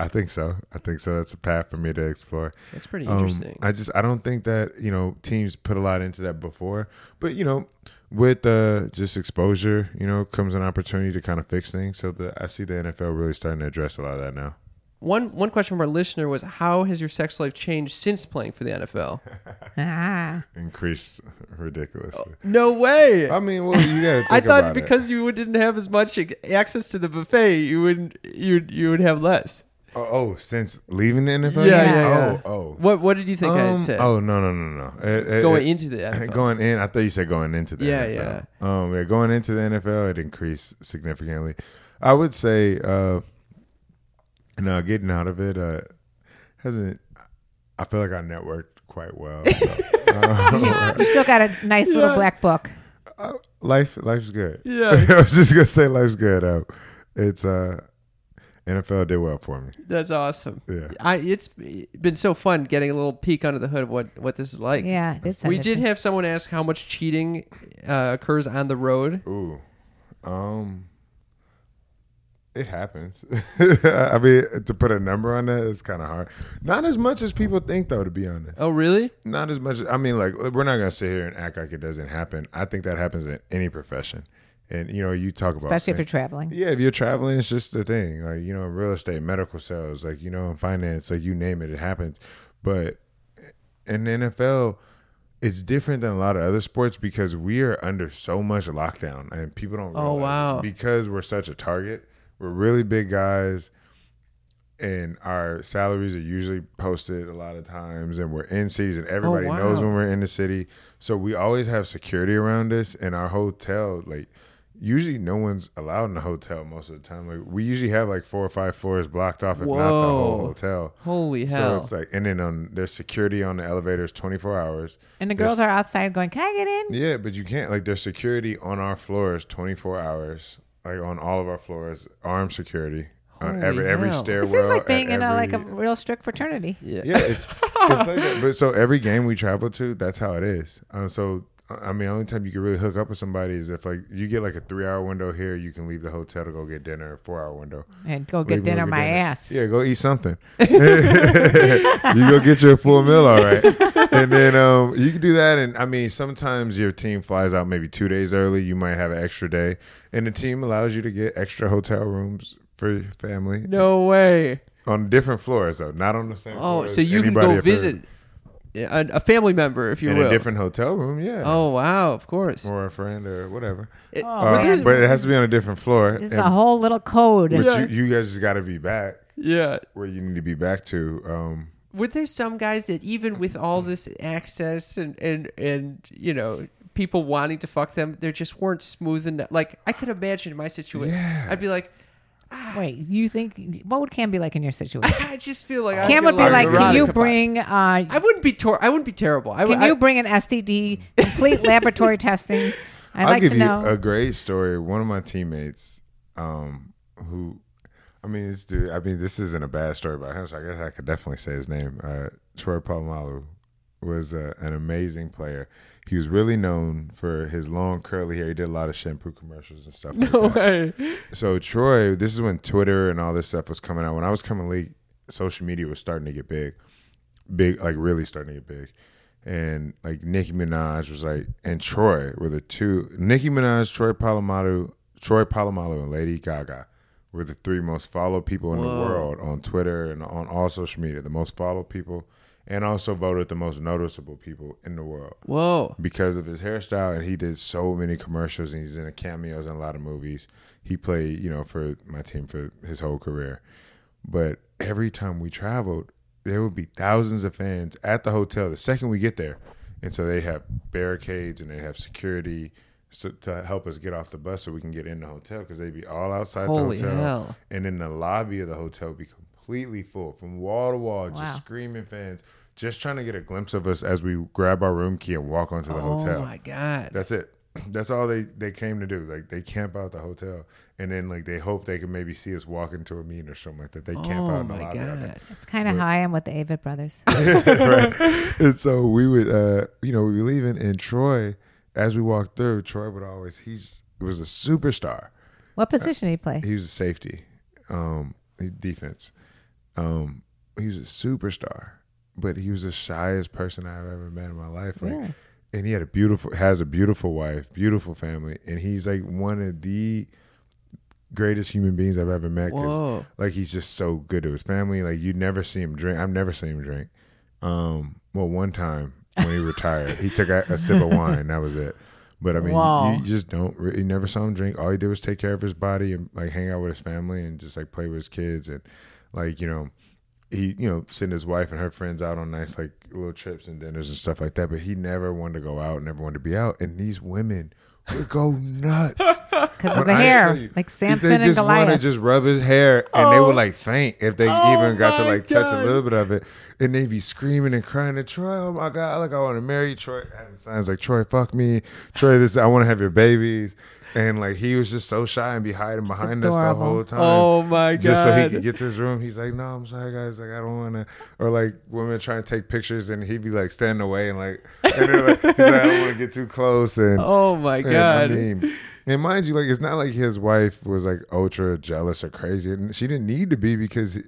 Speaker 3: I, <laughs> I think so. I think so. That's a path for me to explore.
Speaker 2: That's pretty
Speaker 3: Um,
Speaker 2: interesting.
Speaker 3: I just I don't think that you know teams put a lot into that before, but you know with uh, just exposure, you know, comes an opportunity to kind of fix things. So the, I see the NFL really starting to address a lot of that now.
Speaker 2: one one question from our listener was, how has your sex life changed since playing for the NFL?
Speaker 3: <laughs>
Speaker 4: Ah,
Speaker 3: Increased ridiculously.
Speaker 2: <laughs> no way.
Speaker 3: I mean, well, you gotta. Think
Speaker 2: Oh. I thought
Speaker 3: about it.
Speaker 2: because you didn't have as much access to the buffet, you would you you would have less.
Speaker 3: Oh, oh, since leaving the
Speaker 2: Yeah,
Speaker 3: NFL.
Speaker 2: yeah, yeah.
Speaker 3: Oh, oh.
Speaker 2: What what did you think I
Speaker 3: Um,
Speaker 2: said?
Speaker 3: Oh no no no no. It- it-
Speaker 2: going
Speaker 3: it-
Speaker 2: into
Speaker 3: <laughs> <clears throat>
Speaker 2: the NFL.
Speaker 3: Going in, I thought you said going into the
Speaker 2: Yeah,
Speaker 3: NFL. Yeah, Um, yeah, going into the NFL, it increased significantly. I would say, uh, no, getting out of it uh, hasn't. I feel like I networked quite well. so,
Speaker 2: <laughs>
Speaker 3: uh,
Speaker 4: <laughs> you still got a nice little
Speaker 2: Yeah.
Speaker 4: black book.
Speaker 3: uh, life, life's good.
Speaker 2: Yeah.
Speaker 3: <laughs> I was just gonna say life's good. Uh, it's uh, NFL did well for me.
Speaker 2: That's awesome.
Speaker 3: Yeah.
Speaker 2: I it's been so fun getting a little peek under the hood of what what this is like.
Speaker 4: Yeah, it's
Speaker 2: We did have someone ask how much cheating uh, occurs on the road.
Speaker 3: Ooh, um, it happens. <laughs> I mean, to put a number on that is kind of hard. Not as much as people think, though. To be honest,
Speaker 2: Oh, really?
Speaker 3: not as much. I mean, like we're not gonna sit here and act like it doesn't happen. I think that happens in any profession, and you know, you talk about
Speaker 4: especially if you're traveling.
Speaker 3: yeah, if you're traveling, it's just the thing. Like, you know, real estate, medical sales, like, you know, in finance, like, you name it, it happens. But in the NFL, it's different than a lot of other sports because we are under so much lockdown and people don't realize
Speaker 2: Oh,
Speaker 3: it.
Speaker 2: wow.
Speaker 3: because we're such a target. We're really big guys and our salaries are usually posted a lot of times and we're in cities
Speaker 4: Oh,
Speaker 3: and everybody
Speaker 2: wow.
Speaker 3: knows when we're in the city so we always have security around us and our hotel like usually no one's allowed in the hotel most of the time like we usually have like four or five floors blocked off if not the
Speaker 2: Whoa.
Speaker 3: whole hotel
Speaker 2: Holy
Speaker 3: so
Speaker 2: hell!
Speaker 3: it's uh, like and then on there's security on the elevators 24 hours
Speaker 4: And the girls
Speaker 3: Yes.
Speaker 4: are outside going, "Can I get in?"
Speaker 3: yeah, but you can't. Like, there's security on our floors 24 hours, like on all of our floors, armed security on
Speaker 2: Holy
Speaker 3: every every
Speaker 2: hell.
Speaker 3: stairwell.
Speaker 4: This is like
Speaker 3: at
Speaker 4: being in a like a
Speaker 3: every-
Speaker 4: real strict fraternity.
Speaker 3: yeah, it's, it's like that. But so every game we travel to, that's how it is. Um, so I I mean, only time you can really hook up with somebody is if like you get like a three hour window here, you can leave the hotel to go get dinner. Four hour window,
Speaker 4: And go get
Speaker 3: Leave, go
Speaker 4: dinner, my ass.
Speaker 3: Yeah, go
Speaker 2: <laughs>
Speaker 3: eat something. <laughs> you go get your full meal, all right. And then um, you can do that. And I mean, sometimes your team flies out maybe two days early. You might have an extra day, and the team allows you to get extra hotel rooms for your family
Speaker 2: no way.
Speaker 3: on different floors, though, not on the same.
Speaker 2: Oh,
Speaker 3: floor
Speaker 2: so
Speaker 3: as
Speaker 2: you can
Speaker 3: anybody
Speaker 2: go
Speaker 3: if they're-
Speaker 2: visit a, a family member if you
Speaker 3: in
Speaker 2: will.
Speaker 3: a different hotel room, yeah.
Speaker 2: oh wow! Of course.
Speaker 3: Or a friend or whatever.
Speaker 2: It-
Speaker 4: Oh,
Speaker 3: Uh,
Speaker 2: But there's-
Speaker 3: but it has to be on a different floor.
Speaker 4: This is
Speaker 3: and-
Speaker 4: a whole little code.
Speaker 3: but
Speaker 2: Yeah.
Speaker 3: you, you guys just got to be back
Speaker 2: yeah.
Speaker 3: where you need to be back to. Um,
Speaker 2: were there some guys that even with all this access and and and you know people wanting to fuck them they just weren't smooth enough like i could imagine my situation i'd be like
Speaker 4: Wait, you think what would Cam be like in your
Speaker 3: <laughs>
Speaker 4: situation?
Speaker 2: i just feel like I get
Speaker 4: Cam would
Speaker 2: a
Speaker 4: be
Speaker 2: lot
Speaker 4: like,
Speaker 2: of
Speaker 4: "Can you
Speaker 2: erotica."
Speaker 4: bring? Uh,
Speaker 2: i wouldn't be tor- i wouldn't be terrible i would
Speaker 4: can you bring an STD
Speaker 3: <laughs>
Speaker 4: complete laboratory testing? I'd
Speaker 3: I'll
Speaker 4: like
Speaker 3: give
Speaker 4: to
Speaker 3: you
Speaker 4: know."
Speaker 3: a great story. One of my teammates, um, who, I mean, this dude. I mean, this isn't a bad story about him, so I guess I could definitely say his name. Uh, Troy Polamalu was uh, an amazing player. He was really known for his long curly hair. He did a lot of shampoo commercials and stuff.
Speaker 2: <laughs>
Speaker 3: like that. so Troy, this is when Twitter and all this stuff was coming out. When I was coming late, social media was starting to get big, big, like really starting to get big. And like Nicki Minaj was like, and Troy were the two. Nicki Minaj, Troy Palomalu, Troy Palomalu, and Lady Gaga were the three most followed people in the world on Twitter and on all social media. The most followed people, and also voted the most noticeable people in the world
Speaker 2: whoa
Speaker 3: because of his hairstyle and he did so many commercials and he's in cameos in a lot of movies. He played, you know, for my team for his whole career. But every time we traveled, there would be thousands of fans at the hotel the second we get there. And so they have barricades and they have security so to help us get off the bus so we can get in the hotel because they'd be all outside
Speaker 2: Holy
Speaker 3: the hotel.
Speaker 2: hell.
Speaker 3: And then the lobby of the hotel would be completely full from wall to wall,
Speaker 4: Wow.
Speaker 3: just screaming fans, just trying to get a glimpse of us as we grab our room key and walk onto the
Speaker 2: oh
Speaker 3: hotel.
Speaker 2: my god
Speaker 3: That's it. <clears throat> that's all they they came to do. Like they camp out at the hotel, and then like they hope they can maybe see us walking to a meeting or something like that. They camp out
Speaker 2: Oh
Speaker 3: in the
Speaker 2: my
Speaker 3: lobby. out there.
Speaker 2: god.
Speaker 4: It's kind of how I am with the Avid brothers.
Speaker 3: <laughs>
Speaker 2: <laughs>
Speaker 3: right? And so we would, uh, you know, we were leaving, and Troy, as we walked through, Troy would always he's was a superstar.
Speaker 4: what position do you play?
Speaker 3: He was a safety, um, he- defense. Um, he was a superstar, but he was the shyest person I've ever met in my life. Like,
Speaker 4: Really?
Speaker 3: and he had a beautiful, has a beautiful wife, beautiful family, and he's like one of the greatest human beings I've ever met. 'cause
Speaker 2: Whoa.
Speaker 3: like he's just so good to his family. Like you never see him drink. I've never seen him drink. Um, well, one time when he retired, he took a, a sip of wine. That was it. But I mean,
Speaker 4: Wow.
Speaker 3: you, you just don't. Re- you never saw him drink. All he did was take care of his body and like hang out with his family and just like play with his kids and like you know, he you know send his wife and her friends out on nice like little trips and dinners and stuff like that. But he never wanted to go out. Never wanted to be out. And these women would go nuts.
Speaker 4: Because of
Speaker 3: When
Speaker 4: the
Speaker 3: I
Speaker 4: hair,
Speaker 3: tell you,
Speaker 4: like
Speaker 3: if
Speaker 4: Samson
Speaker 3: they
Speaker 4: and
Speaker 3: just wanna
Speaker 4: Goliath.
Speaker 3: just rub his hair, and they would like faint if they even got to
Speaker 2: Oh. my
Speaker 3: like touch a little bit of it, and they'd be screaming and crying to Troy. Oh my god, like I want to marry you, Troy. Having signs like Troy, fuck me, Troy. This I want to have your babies, and like he was just so shy and be hiding behind us the
Speaker 4: adorable.
Speaker 3: whole time.
Speaker 2: Oh my god.
Speaker 3: Just so he could get to his room, he's like, "No, I'm sorry, guys. Like, I don't want to." Or like women trying to take pictures, and he'd be like standing away, and like, and they're like, he's like, "I don't want to get too close." And
Speaker 2: <laughs> oh my
Speaker 3: and,
Speaker 2: god.
Speaker 3: I mean, and mind you, like it's not like his wife was like ultra jealous or crazy, and she didn't need to be because,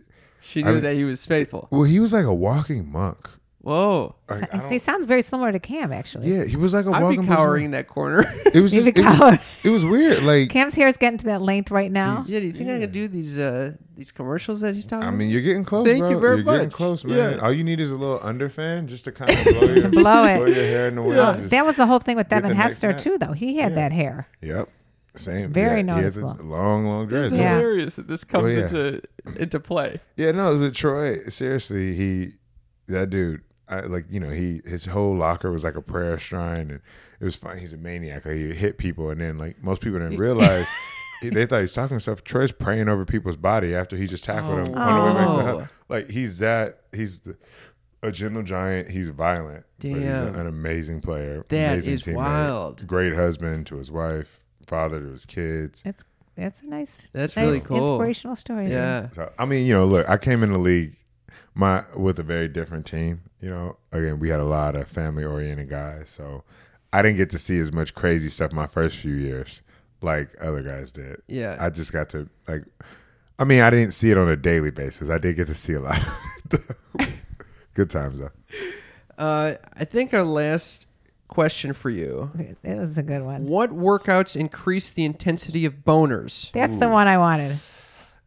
Speaker 2: she knew
Speaker 3: I mean-
Speaker 2: that he was faithful.
Speaker 3: well, he was like a walking monk.
Speaker 2: Whoa.
Speaker 3: Like, I
Speaker 4: I
Speaker 3: don't-
Speaker 4: See, sounds very similar to Cam, actually.
Speaker 3: yeah, he was like a
Speaker 2: I'd
Speaker 3: walking.
Speaker 2: be
Speaker 3: person.
Speaker 2: cowering in that
Speaker 3: <laughs>
Speaker 2: corner.
Speaker 3: It was
Speaker 4: He's
Speaker 3: just,
Speaker 4: a
Speaker 3: it, was,
Speaker 4: coward.
Speaker 3: it was weird. Like
Speaker 4: Cam's hair is getting to that length right now.
Speaker 2: yeah, do you think I could do these uh these commercials that he's talking
Speaker 3: I
Speaker 2: about?
Speaker 3: mean, you're getting close,
Speaker 2: Thank
Speaker 3: bro.
Speaker 2: you very
Speaker 3: are getting
Speaker 2: much.
Speaker 3: close, man.
Speaker 2: Yeah.
Speaker 3: All you need is a little underfan just to
Speaker 4: <laughs>
Speaker 3: kind of blow, your,
Speaker 4: blow it.
Speaker 3: blow your hair in the wind. Just-
Speaker 4: That was the whole thing with
Speaker 3: Get the
Speaker 4: Devin
Speaker 3: next
Speaker 4: Hester
Speaker 3: nap.
Speaker 4: too, though. He had that hair.
Speaker 3: yep, same.
Speaker 4: Very
Speaker 3: yeah, he has a
Speaker 4: noticeable.
Speaker 3: long, long dread.
Speaker 2: It's
Speaker 4: Yeah.
Speaker 2: hilarious that this comes
Speaker 3: Oh, yeah.
Speaker 2: into into play.
Speaker 3: Yeah, no, it was with Troy. Seriously, he that dude. I, like you know, he his whole locker was like a prayer shrine, and it was fun. He's a maniac. Like he hit people, and then like most people
Speaker 2: <laughs>
Speaker 3: didn't realize he, they thought he was talking to himself. Troy's praying over people's body after he just tackled him on the way back to the
Speaker 2: Oh.
Speaker 3: house. Like he's that. He's the, a gentle giant. He's violent, but he's
Speaker 2: Damn.
Speaker 3: an, amazing player.
Speaker 2: That
Speaker 3: amazing
Speaker 2: is wild.
Speaker 3: Great husband to his wife, father to his kids.
Speaker 4: That's that's a nice.
Speaker 2: That's
Speaker 4: nice
Speaker 2: really cool.
Speaker 4: Inspirational story. there.
Speaker 2: Yeah.
Speaker 3: So I mean, you know, look, I came in the league my with a very different team. You know, again, we had a lot of family oriented guys, so I didn't get to see as much crazy stuff my first few years like other guys did.
Speaker 2: Yeah.
Speaker 3: I just got to like. I mean, I didn't see it on a daily basis. I did get to see a lot. Of it, though. <laughs> Good times though.
Speaker 2: Uh, I think our last question for you:
Speaker 4: It was a good one.
Speaker 2: What workouts increase the intensity of boners?
Speaker 4: That's the one I wanted.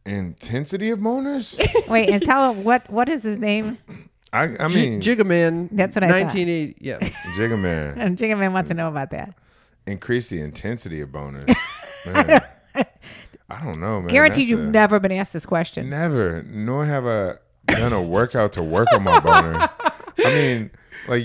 Speaker 3: Intensity of boners.
Speaker 4: Wait, and tell him what what is his name? <laughs>
Speaker 3: I,
Speaker 2: J-
Speaker 3: I mean,
Speaker 2: Jigaman.
Speaker 4: That's what I thought.
Speaker 2: 1980. Yeah.
Speaker 3: Jigga man,
Speaker 4: And Jiggaman wants to know about that.
Speaker 3: increase the intensity
Speaker 2: <laughs>
Speaker 3: of boners. Man. I don't know, man.
Speaker 4: Guaranteed,
Speaker 3: That's
Speaker 4: you've
Speaker 3: a-
Speaker 4: never been asked this question.
Speaker 3: Never, nor have I done a workout to work on my boner. I mean, like,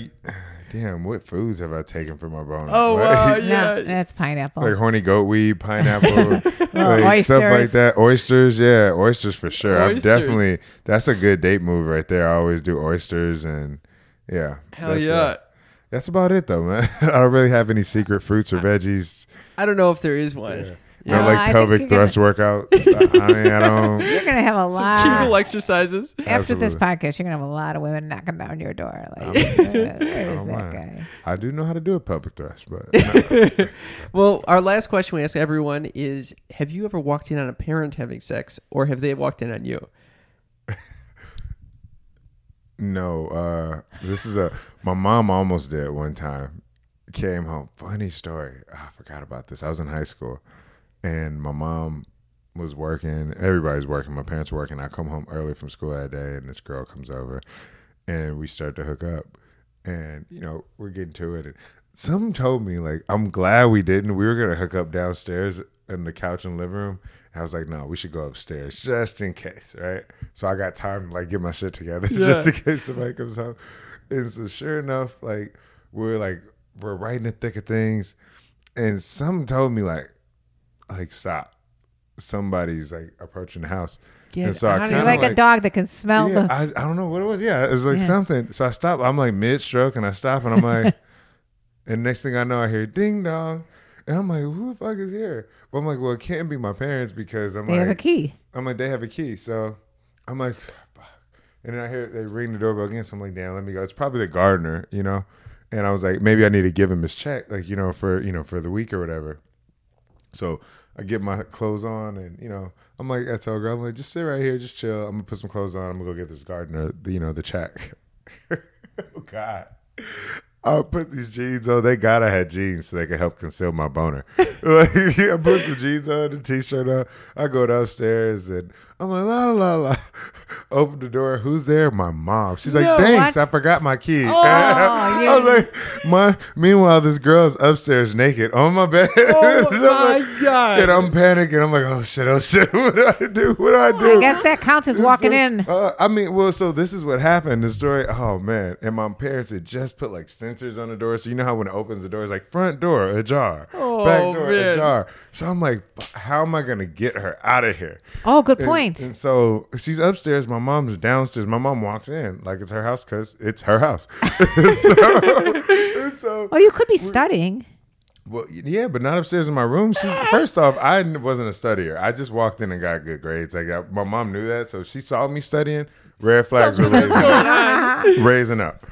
Speaker 3: damn, what foods have I taken for my boner?
Speaker 2: <laughs> Oh, wow,
Speaker 3: like,
Speaker 4: No,
Speaker 2: Yeah.
Speaker 4: that's pineapple.
Speaker 3: <laughs> like horny goat
Speaker 2: <laughs>
Speaker 3: weed, pineapple,
Speaker 2: Uh,
Speaker 3: like
Speaker 4: oysters.
Speaker 3: stuff like that. Oysters, yeah, oysters for sure.
Speaker 2: Oysters.
Speaker 3: I'm definitely that's a good date move right there. I always do oysters and yeah,
Speaker 2: Hell
Speaker 3: that's
Speaker 2: yeah.
Speaker 3: it. That's about it though, man. <laughs> I don't really have any secret fruits or veggies.
Speaker 2: I don't know if there is one.
Speaker 3: No,
Speaker 4: No, I
Speaker 3: like
Speaker 4: think
Speaker 3: pelvic
Speaker 4: you're gonna-
Speaker 3: thrust
Speaker 4: <laughs>
Speaker 3: workouts. I mean, I don't.
Speaker 4: You're gonna have a lot.
Speaker 2: Kegel exercises. <laughs>
Speaker 4: After this
Speaker 3: Absolutely.
Speaker 4: podcast, you're gonna have a lot of women knocking down your door. Like, there's
Speaker 3: don't
Speaker 4: that
Speaker 3: mind.
Speaker 4: guy.
Speaker 3: I do know how to do a pelvic thrust, but
Speaker 4: <laughs>
Speaker 2: Well, our last question we ask everyone is: Have you ever walked in on a parent having sex, or have they walked in on you?
Speaker 3: No, uh, this is a my mom almost did one time. Came home. Funny story. Ah, I forgot about this. I was in high school, and my mom was working. Everybody's working. My parents were working. I come home early from school that day, and this girl comes over, and we start to hook up, and you know we're getting to it. And some told me like, I'm glad we didn't. We were gonna hook up downstairs in the couch in the living room. And I was like, no, we should go upstairs just in case, right? So I got time to like get my shit together <laughs> just in case somebody comes home. And so sure enough, like we're like we're right in the thick of things, and some told me like, like stop, somebody's like approaching the house.
Speaker 2: Get
Speaker 3: and so I
Speaker 2: outta
Speaker 3: kind
Speaker 2: here.
Speaker 3: of
Speaker 4: You're
Speaker 3: like,
Speaker 4: like, a dog that can smell
Speaker 3: yeah,
Speaker 4: the.
Speaker 3: I, I don't know what it was. Yeah, it was like
Speaker 4: Yeah.
Speaker 3: something. So I
Speaker 4: <laughs>
Speaker 3: stop. I'm like mid stroke and I stop and I'm like, and next thing I know, I hear ding dong. And I'm like, who the fuck is here? But I'm like, well, it can't be my parents because I'm
Speaker 4: They
Speaker 3: like,
Speaker 4: have
Speaker 3: <laughs>
Speaker 4: a key.
Speaker 3: I'm like, they have a key. So I'm like, fuck. And then I hear they ring the doorbell again. So I'm like, damn, let me go. It's probably the gardener, you know? And I was like, maybe I need to give him his check, like, you know, for, you know, for the week or whatever. So I get my clothes on and, you know, I'm like, I tell girl, I'm like, just sit right here, just chill. I'm gonna put some clothes on. I'm gonna go get this gardener, the, you know, the check. <laughs> oh God. I put these jeans on. They God I had jeans so they could help conceal my boner. <laughs> like, I put some jeans on, a t-shirt on. I go downstairs and I'm like, la la la. <laughs> Open the door. Who's there? My mom. She's like,
Speaker 4: No,
Speaker 3: thanks.
Speaker 4: what?
Speaker 3: I forgot my keys.
Speaker 4: you-
Speaker 3: <laughs> I was like, my. Meanwhile, this girl's upstairs naked on my bed. Oh
Speaker 2: my God.
Speaker 3: And I'm panicking. I'm like, oh shit, oh shit. <laughs> What do I do? What do I do?
Speaker 4: I guess that counts as walking in.
Speaker 3: Uh, I mean, well, so this is what happened. The story. Oh man! And my parents had just put like sensors on the door, so you know how when it opens the door, it's like front door ajar, back door
Speaker 2: Oh, man.
Speaker 3: ajar. So I'm like, "F- how am I gonna get her out of here?
Speaker 4: Oh, good
Speaker 3: And-
Speaker 4: point.
Speaker 3: And, so she's upstairs. My mom's downstairs. My mom walks in like it's her house because it's her house. <laughs> so,
Speaker 4: <laughs>
Speaker 3: so
Speaker 4: oh, you could be studying.
Speaker 3: well, yeah, but not upstairs in my room. She's first off, I n- wasn't a studier. I just walked in and got good grades. I got my mom knew that, so she saw me studying. Red flags were raising up. <laughs> raising up,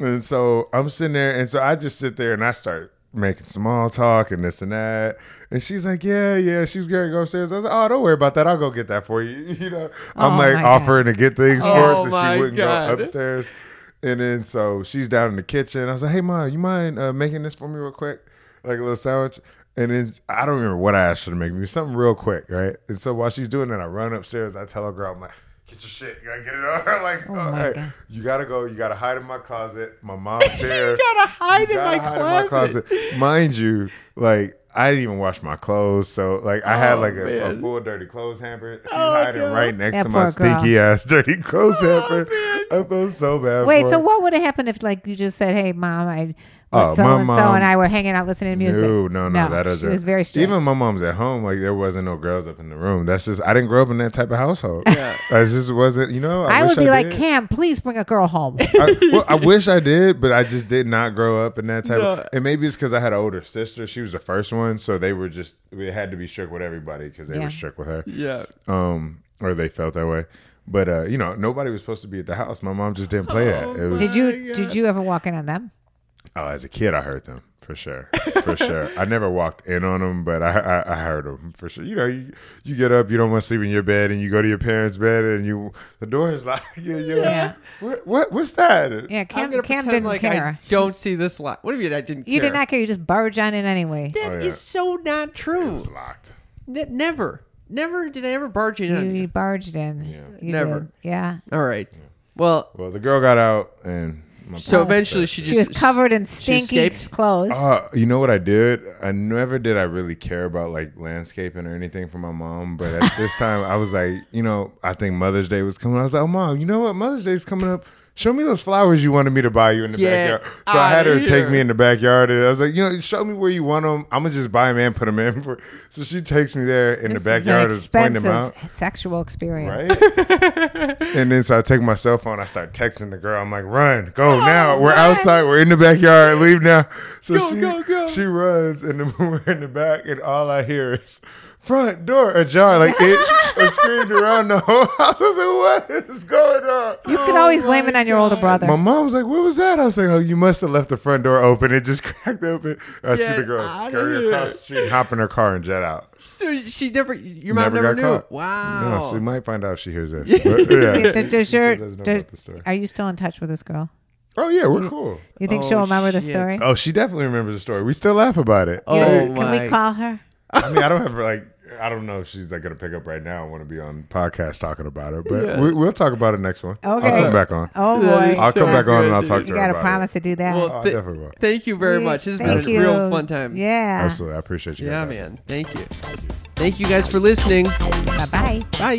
Speaker 3: and so I'm sitting there, and so I just sit there and I start making small talk and this and that. And she's like, "Yeah, yeah." She was going to go upstairs. I was like, "Oh, don't worry about that. I'll go get that for you." <laughs> You know, I'm
Speaker 4: Oh,
Speaker 3: like
Speaker 4: my God.
Speaker 3: offering to get things for her,
Speaker 2: Oh,
Speaker 3: so
Speaker 2: my
Speaker 3: she wouldn't
Speaker 2: God.
Speaker 3: go upstairs upstairs. And then so she's down in the kitchen. I was like, "Hey, mom, you mind uh, making this for me real quick, like a little sandwich?" And then I don't remember what I asked her to make me, something real quick, right? And so while she's doing that, I run upstairs. I tell her, "Girl, I'm like, get your shit, you gotta get it on." I'm <laughs> like,
Speaker 4: Oh my
Speaker 3: "All right,
Speaker 4: God.
Speaker 3: you gotta go. You gotta hide in my closet. My
Speaker 4: <laughs>
Speaker 3: mom's here.
Speaker 2: gotta hide in my closet.
Speaker 3: Mind you, like." I didn't even wash my clothes, so like I had
Speaker 2: Oh,
Speaker 3: like a, a
Speaker 2: man.
Speaker 3: full dirty clothes hamper. She's
Speaker 2: Oh,
Speaker 3: hiding
Speaker 2: no.
Speaker 3: right next
Speaker 4: That
Speaker 3: to my
Speaker 4: poor girl.
Speaker 3: stinky ass <laughs> dirty clothes hamper. I felt so bad.
Speaker 4: Wait,
Speaker 3: for
Speaker 4: so
Speaker 3: her.
Speaker 4: what would have happened if, like, you just said, "Hey, mom, I
Speaker 3: Oh,
Speaker 4: so
Speaker 3: my
Speaker 4: and so
Speaker 3: mom-
Speaker 4: and I were hanging out listening to music."
Speaker 3: No, no, no, that
Speaker 4: she
Speaker 3: doesn't.
Speaker 4: was very strict.
Speaker 3: Even my mom's at home, like there wasn't no girls up in the room. That's just I didn't grow up in that type of household. Yeah, I just wasn't. You know, I,
Speaker 4: I
Speaker 3: wish
Speaker 4: would be
Speaker 3: I
Speaker 4: like,
Speaker 3: did.
Speaker 4: "Cam, please bring a
Speaker 2: <laughs>
Speaker 4: girl home."
Speaker 3: I, well,
Speaker 4: <laughs>
Speaker 3: I wish I did, but I just did not grow up in that type.
Speaker 2: No.
Speaker 3: of And maybe it's because I had an older sister. She was the first one, so they were just we had to be strict with everybody because they
Speaker 4: Yeah.
Speaker 3: were strict with her.
Speaker 2: Yeah.
Speaker 3: Um, or they felt that way. But uh, you know, nobody was supposed to be at the house. My mom just didn't play it. It was
Speaker 4: Oh, Did you did you ever walk in on them?
Speaker 3: Oh, as a kid, I heard them for sure,
Speaker 4: <laughs>
Speaker 3: for sure. I never walked in on them, but I, I, I heard them for sure. You know, you, you get up, you don't want to sleep in your bed, and you go to your parents' bed, and you the door is locked. <laughs> Yeah, you're
Speaker 4: Yeah.
Speaker 3: Like, what what what's that?
Speaker 4: Yeah,
Speaker 2: I'm
Speaker 4: Cam,
Speaker 2: gonna
Speaker 4: Cam
Speaker 2: pretend
Speaker 4: didn't
Speaker 2: like
Speaker 4: care.
Speaker 2: I don't see this lot. What do you mean I didn't?
Speaker 4: You
Speaker 2: care?
Speaker 4: did not care. You just barged on in anyway.
Speaker 2: That is
Speaker 3: Oh, yeah.
Speaker 2: so not
Speaker 3: It
Speaker 2: true.
Speaker 3: was locked.
Speaker 2: Ne- never, never did I ever barge in. on
Speaker 4: You,
Speaker 2: you.
Speaker 4: barged in. You
Speaker 2: Never.
Speaker 4: did. Yeah.
Speaker 2: All right. Well,
Speaker 3: Well, the girl got out, and my
Speaker 2: so eventually she just
Speaker 4: She was covered in
Speaker 2: she
Speaker 4: stinky
Speaker 2: escaped?
Speaker 4: clothes.
Speaker 3: Uh, you know what I did? I never did I really care about like landscaping or anything for my mom, but at this time I was like, you know, I think Mother's Day was coming. I was like, oh, mom, you know what? Mother's Day's coming up. Show me those flowers you wanted me to buy you in the
Speaker 2: Get
Speaker 3: backyard. So I had her
Speaker 2: outta
Speaker 3: take
Speaker 2: here.
Speaker 3: me in the backyard, and I was like, you know, show me where you want them. I'm gonna just buy them and put them in. For... So she takes me there in
Speaker 4: This
Speaker 3: the
Speaker 4: is an
Speaker 3: backyard and pointing them out.
Speaker 4: expensive Sexual experience.
Speaker 3: Right?
Speaker 2: <laughs>
Speaker 3: and then so I take my cell phone, I start texting the girl. I'm like, run, go now. We're outside, we're in the backyard, leave now. So
Speaker 2: Go,
Speaker 3: she
Speaker 2: go, go.
Speaker 3: she runs and then we're in the <laughs> back and all I hear is front door ajar. Like
Speaker 2: <laughs>
Speaker 3: it, it screamed around the whole house. I was like, what is going on?
Speaker 4: You could always
Speaker 2: Oh
Speaker 4: blame it on your older brother.
Speaker 3: My mom was like, "What was that?" I was like, "Oh, you must have left the front door open. It just <laughs> cracked open." I see
Speaker 2: Get
Speaker 3: the girl
Speaker 2: outta
Speaker 3: scurry
Speaker 2: here.
Speaker 3: across the street, hop in her car, and jet out.
Speaker 2: So she never. Your mom
Speaker 3: Never
Speaker 2: never
Speaker 3: got
Speaker 2: knew.
Speaker 3: caught.
Speaker 2: Wow.
Speaker 3: Yeah, she might find out if she hears
Speaker 4: <laughs>
Speaker 3: this. But, yeah.
Speaker 4: Does- does
Speaker 3: She
Speaker 4: your-
Speaker 3: still doesn't know
Speaker 4: does-
Speaker 3: about the story.
Speaker 4: are you still in touch with this girl?
Speaker 3: Oh yeah, we're cool.
Speaker 4: You think
Speaker 2: Oh,
Speaker 4: she'll remember the
Speaker 2: shit.
Speaker 4: story?
Speaker 3: Oh, she definitely remembers the story. We still laugh about it.
Speaker 2: Oh,
Speaker 4: Can
Speaker 2: my-
Speaker 4: we call her?
Speaker 3: I mean, I don't have like, I don't know if she's like gonna pick up right now. and want to be on podcast talking about it, but we, we'll talk about it next one. I'll
Speaker 4: Okay.
Speaker 3: come back on.
Speaker 4: Oh
Speaker 2: That
Speaker 4: boy,
Speaker 2: is
Speaker 3: I'll
Speaker 2: so
Speaker 3: come back on and I'll
Speaker 2: good,
Speaker 3: talk
Speaker 2: dude.
Speaker 3: to
Speaker 4: you
Speaker 3: her
Speaker 4: gotta
Speaker 3: about
Speaker 4: promise to do that.
Speaker 2: Well,
Speaker 3: it. Oh, I
Speaker 2: thi-
Speaker 3: definitely will.
Speaker 2: Thank you very
Speaker 4: We-
Speaker 2: much. This has
Speaker 4: thank
Speaker 2: been a
Speaker 4: you.
Speaker 2: real fun time.
Speaker 4: Yeah.
Speaker 3: Absolutely, I appreciate you.
Speaker 2: Yeah,
Speaker 3: guys.
Speaker 2: man. Thank you. Thank you guys for listening.
Speaker 4: Bye bye.
Speaker 2: Bye.